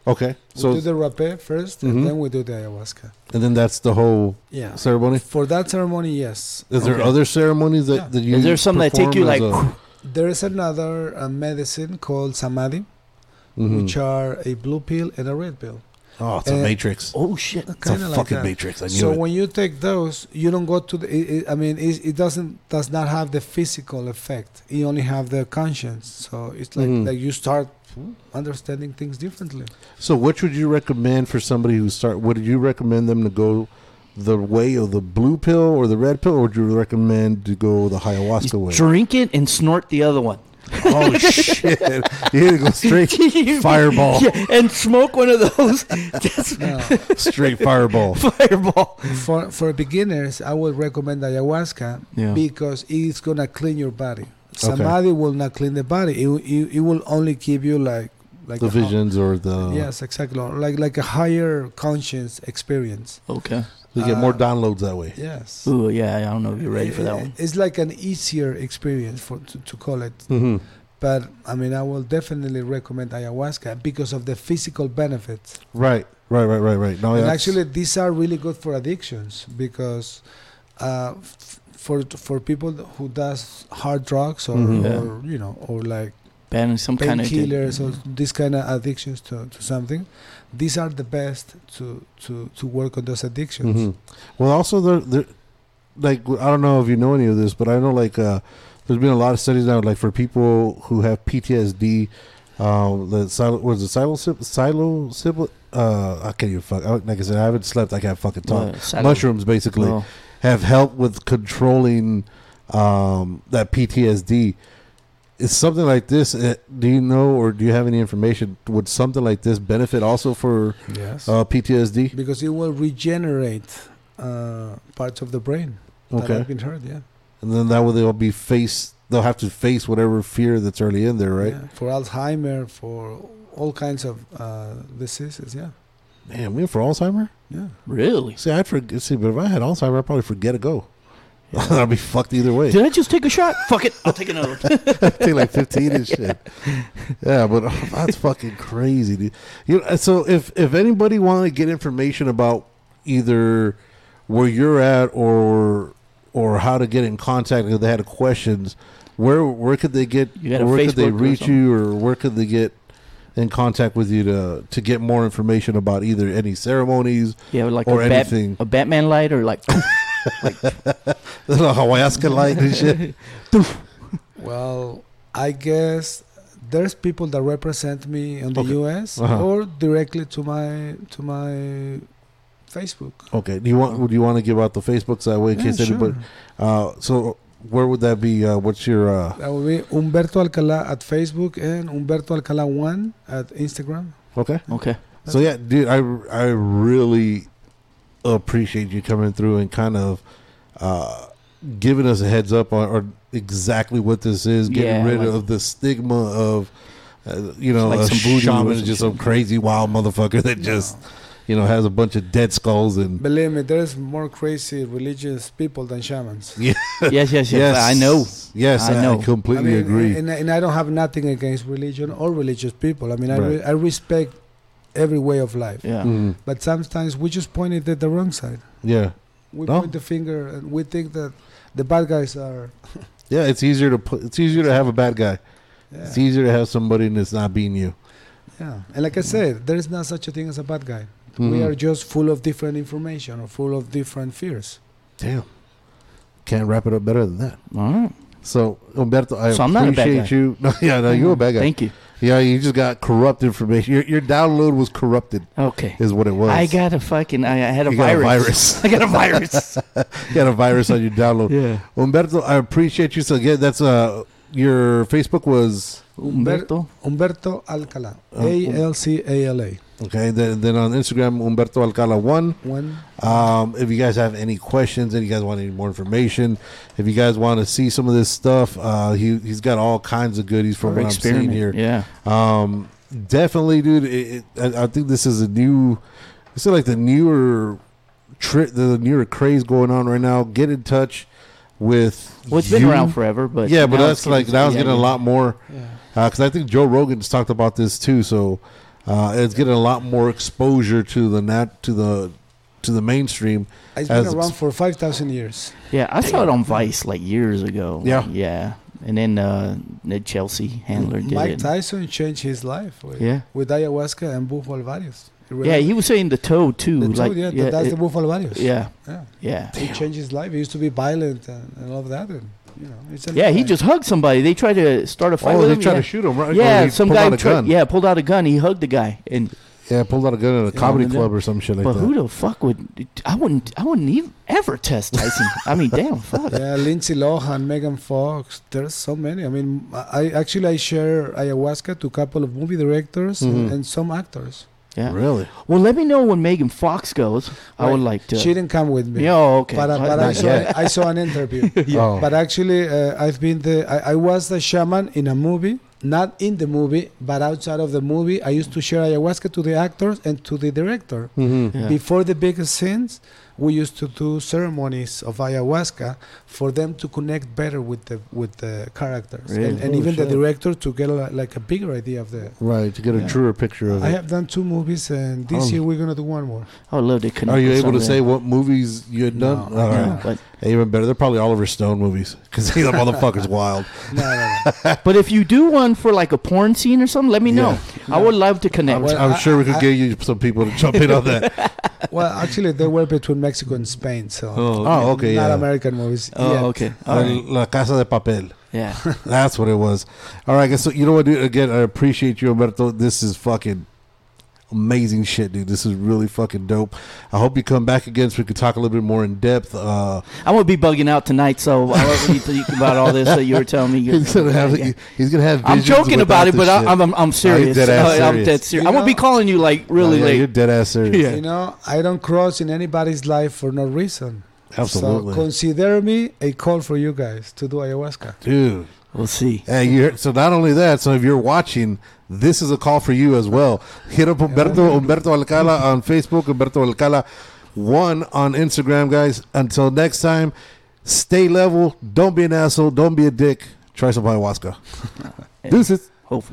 okay, so
we do the rapé 1st
Mhm.
and then we do the ayahuasca.
and then that's the whole
Yeah.
ceremony.
For that ceremony, yes.
Is there
Okay.
other ceremonies that,
Yeah.
that you?
Is there some that take
perform
you
as
like?
a-
There is another uh, medicine called samadhi,
Mhm.
which are a blue pill and a red pill.
Oh, it's a
uh,
matrix.
oh shit!
It's a
Kinda like
fucking
that.
matrix. I knew
So
it.
when you take those, you don't go to the. It, it, I mean, it, it doesn't does not have the physical effect. You only have the conscience. So it's like
Mhm.
like you start understanding things
[LAUGHS]
differently.
So, which would you recommend for somebody who start? Would you recommend them to go the way of the blue pill or the red pill, or would you recommend to go the ayahuasca way?
Drink it and snort the other
[LAUGHS]
one. [LAUGHS]
Oh shit! You need to go straight fireball,
[LAUGHS] Yeah, and smoke one of
[LAUGHS]
those. [LAUGHS] That's
Now,
straight [LAUGHS] fireball.
fireball.
for for beginners, I would recommend ayahuasca
Yeah.
because it's gonna clean your body.
Okay.
Samadhi will not clean the body. It, will- it, it will only give you like like
The
a ho-
visions or the
Yes, exactly. Like like a higher conscience experience.
Okay.
you get more
Uh,
downloads that way.
Yes.
Ooh, yeah. I don't know if you're ready for that
It-
one.
It's like an easier experience for to, to call it.
Mm-hmm.
But I mean, I will definitely recommend ayahuasca because of the physical benefits.
Right, right, right, right, right.
Oh,
No,
and
that's-
actually, these are really good for addictions because uh, f- for for people who does hard drugs or,
Mhm.
Mm-hmm. Yeah.
or you know or like
Banning some kind of
painkillers or
Mm-hmm.
these kind of addictions to, to something, these are the best to to to work on those addictions.
Mm-hmm.
Mhm. Well, also there, there, like I don't know if you know any of this, but I know like uh, there's been a lot of studies now, like for people who have PTSD, um, the silo was it silo silo silo. Uh, I can't even fuck. I, like I said, I haven't slept. I can't fucking talk.
Uh, salad.
Mushrooms basically
Oh.
have helped with controlling um, that PTSD. Is something like this? uh, Do you know, or do you have any information? Would something like this benefit also for
Oh,
Yes.
uh, PTSD?
because it will regenerate uh, parts of the brain that
Okay.
have been hurt. Yeah,
and then that way they'll be face they'll have to face whatever fear that's already in there right
Yeah. For Alzheimer, for all kinds of uh, diseases. Yeah,
man me for alzheimer
yeah.
Really?
see i'd forget see but if i had alzheimer i'd probably forget to go [LAUGHS] i'll be fucked either way
Did I just take a shot? Fuck it. I'll
[LAUGHS]
take another. one.
take like 15 and shit yeah but oh, that's fucking crazy dude you know, so if if anybody wanted to get information about either where you're at or or how to get in contact if they had questions where where could they get
You got a
where could they
Facebook or
reach
something?
you or where could they get in contact with you to to get more information about either any ceremonies
Yeah, like
Or
a, Bat-
anything.
a Batman light or
[LAUGHS]
like.
the [LAUGHS] ayahuasca light and shit
Well, I guess there's people that represent me on the
Okay.
U.S.
Uh-huh.
or directly to my to my Facebook.
okay do you want would you want to give out the facebook that way in
Yeah,
case anybody
sure.
uh so where would that be uh what's your uh
That will be Humberto Alcalá at Facebook and Humberto Alcalá one at Instagram.
okay
Okay.
So yeah, dude, I I really appreciate you coming through and kind of uh, giving us a heads up on or exactly what this is, getting
Yeah,
rid
like-
of the stigma of uh, you know
Like
a
some voodoo or
shaman is
some
just
shit.
some crazy wild motherfucker that just you know has a bunch of dead skulls and
Believe me, there's more crazy religious people than shamans.
Yes, yes, yes. I know.
Yes,
I
I,
know.
completely
I mean,
agree.
And, and I don't have nothing against religion or religious people. I mean, I, re-
Right.
I respect every way of life.
Yeah.
Mhm.
But sometimes we just point it at the wrong side.
Yeah,
We
No.
point the finger and we think that the bad guys are.
yeah. It's easier to put, it's easier to have a bad guy. It's
Yeah.
easier to have somebody that's not being you.
yeah. And like I said, there is not such a thing as a bad guy. We
Mhm.
Mm-hmm.
are just full of different information or full of different fears.
Damn, can't wrap it up better than that.
All right.
So Umberto, I
So I'm not a bad
appreciate
guy.
you. [LAUGHS] No, yeah, no, you're a bad guy.
Thank you.
Yeah, you just got corrupt information. Your, your download was corrupted,
Okay.
is what it was.
I got a fucking. I, I had a
You got a
virus. [LAUGHS] I got a virus.
[LAUGHS] you got a virus on your
[LAUGHS]
download.
yeah.
Umberto, I appreciate you. So again, that's uh, your Facebook was
Humberto.
Humberto Alcalá.
Um,
A L C A L A.
okay. Then, then on Instagram, Umberto Alcala one.
One.
Um, if you guys have any questions, and you guys want any more information, if you guys want to see some of this stuff, uh, he he's got all kinds of goodies from what I'm seeing
Experiment.
here.
Yeah.
Um, definitely, dude. It, it, I, I think this is a new. This is like the newer tri- the newer craze going on right now. Get in touch with.
Well, it's been
you.
around forever, but
yeah, but
now
that's
it's
like
getting-
now it's
yeah,
getting a
yeah.
lot more
Yeah.
because I think Joe Rogan's talked about this too. So uh, it's getting a lot more exposure to the nat to the to the mainstream.
It's been
As-
around for 5,000 years.
Yeah, I saw it on Vice like years ago.
Yeah.
yeah, and then uh, the Chelsea Handler did
Mike
it.
Tyson changed his life with,
Yeah,
with ayahuasca and bufal varios.
yeah, he was saying the toe too.
the
like,
two, yeah,
yeah,
that's
it-
the bufal varios.
yeah,
yeah.
yeah.
He changed his life. He used to be violent and, and all of that. And, you know, it's a
Yeah, he
life.
just hugged somebody. They tried to start a fight.
Oh,
with
they
him,
tried
yeah.
to shoot him, right? Or
Yeah,
he
some
pulled
guy
out a
tried-
gun.
yeah pulled out a gun. He hugged the guy, and
yeah, pulled out a gun at a
Yeah.
comedy
Yeah.
club or some shit like
but
that.
who the fuck would? I wouldn't. I wouldn't even ever test Tyson. I
[LAUGHS]
mean, damn, fuck.
yeah, Lindsay Lohan, Megan Fox. There's so many. I mean, I I- actually I share ayahuasca to a couple of movie directors
Mm-hmm.
and,
Mhm.
and some actors.
Yeah.
Really?
Well, let me know when Megan Fox goes. I would
Right.
like to.
She didn't come with me.
yeah, oh, okay.
But, uh,
Not-
but I,
not
saw,
yet.
I saw an
[LAUGHS]
interview.
Oh.
But actually, uh, I've been the I, I was the shaman in a movie, not in the movie, but outside of the movie. I used to share ayahuasca to the actors and to the director.
Mhm.
Mm-hmm. Yeah.
Before the big scenes, we used to do ceremonies of ayahuasca for them to connect better with the with the characters and,
Really?
and
Oh,
even the
shit.
director to get a, like a bigger idea of the.
Right, to get a
Yeah.
truer picture of
I
it.
have done two movies, and this
Oh.
year we're gonna do one more.
I would love to connect.
Are you
with
able to
somebody.
say what movies you had
No.
done?
No.
All right.
Yeah, but
Even better. They're probably Oliver Stone movies because [LAUGHS] the motherfucker's wild.
No, no, no.
but if you do one for like a porn scene or something, let me know. I would love to connect.
Well,
I'm
I-
sure we could
I-
get you some people to jump in on that.
well, actually, they were between Mexico and Spain, so
Oh, okay.
not
Yeah.
American movies.
Oh,
yet.
okay. All
Uh,
right.
La Casa de Papel.
Yeah.
That's what it was. All right, guys. So you know what, dude? Again, I appreciate you, Alberto. This is fucking amazing shit, dude. This is really fucking dope. I hope you come back again so we can talk a little bit more in depth. Uh,
I'm gonna be bugging out tonight, so I
[LAUGHS]
don't really think about all this that you were telling me.
he's gonna have.
Yeah.
He's gonna have.
I'm
visions
joking about
without
it,
this
but I,
shit.
I'm, I'm I'm serious.
dead
[LAUGHS]
ass
I, am
serious.
dead serious.
You
I won't be
know-
calling you like really
Yeah, You're
late.
dead ass serious.
Yeah.
You know, I don't cross in anybody's life for no reason.
Absolutely.
So consider me a call for you guys to do ayahuasca.
Dude.
We'll see.
Hey, you heard, so not only that, so if you're watching, this is a call for you as well. Hit up Humberto, Humberto Alcala on Facebook, Humberto Alcala one on Instagram, guys. Until next time, stay level. Don't be an asshole. Don't be a dick. Try some ayahuasca. Deuces.
Hopefully.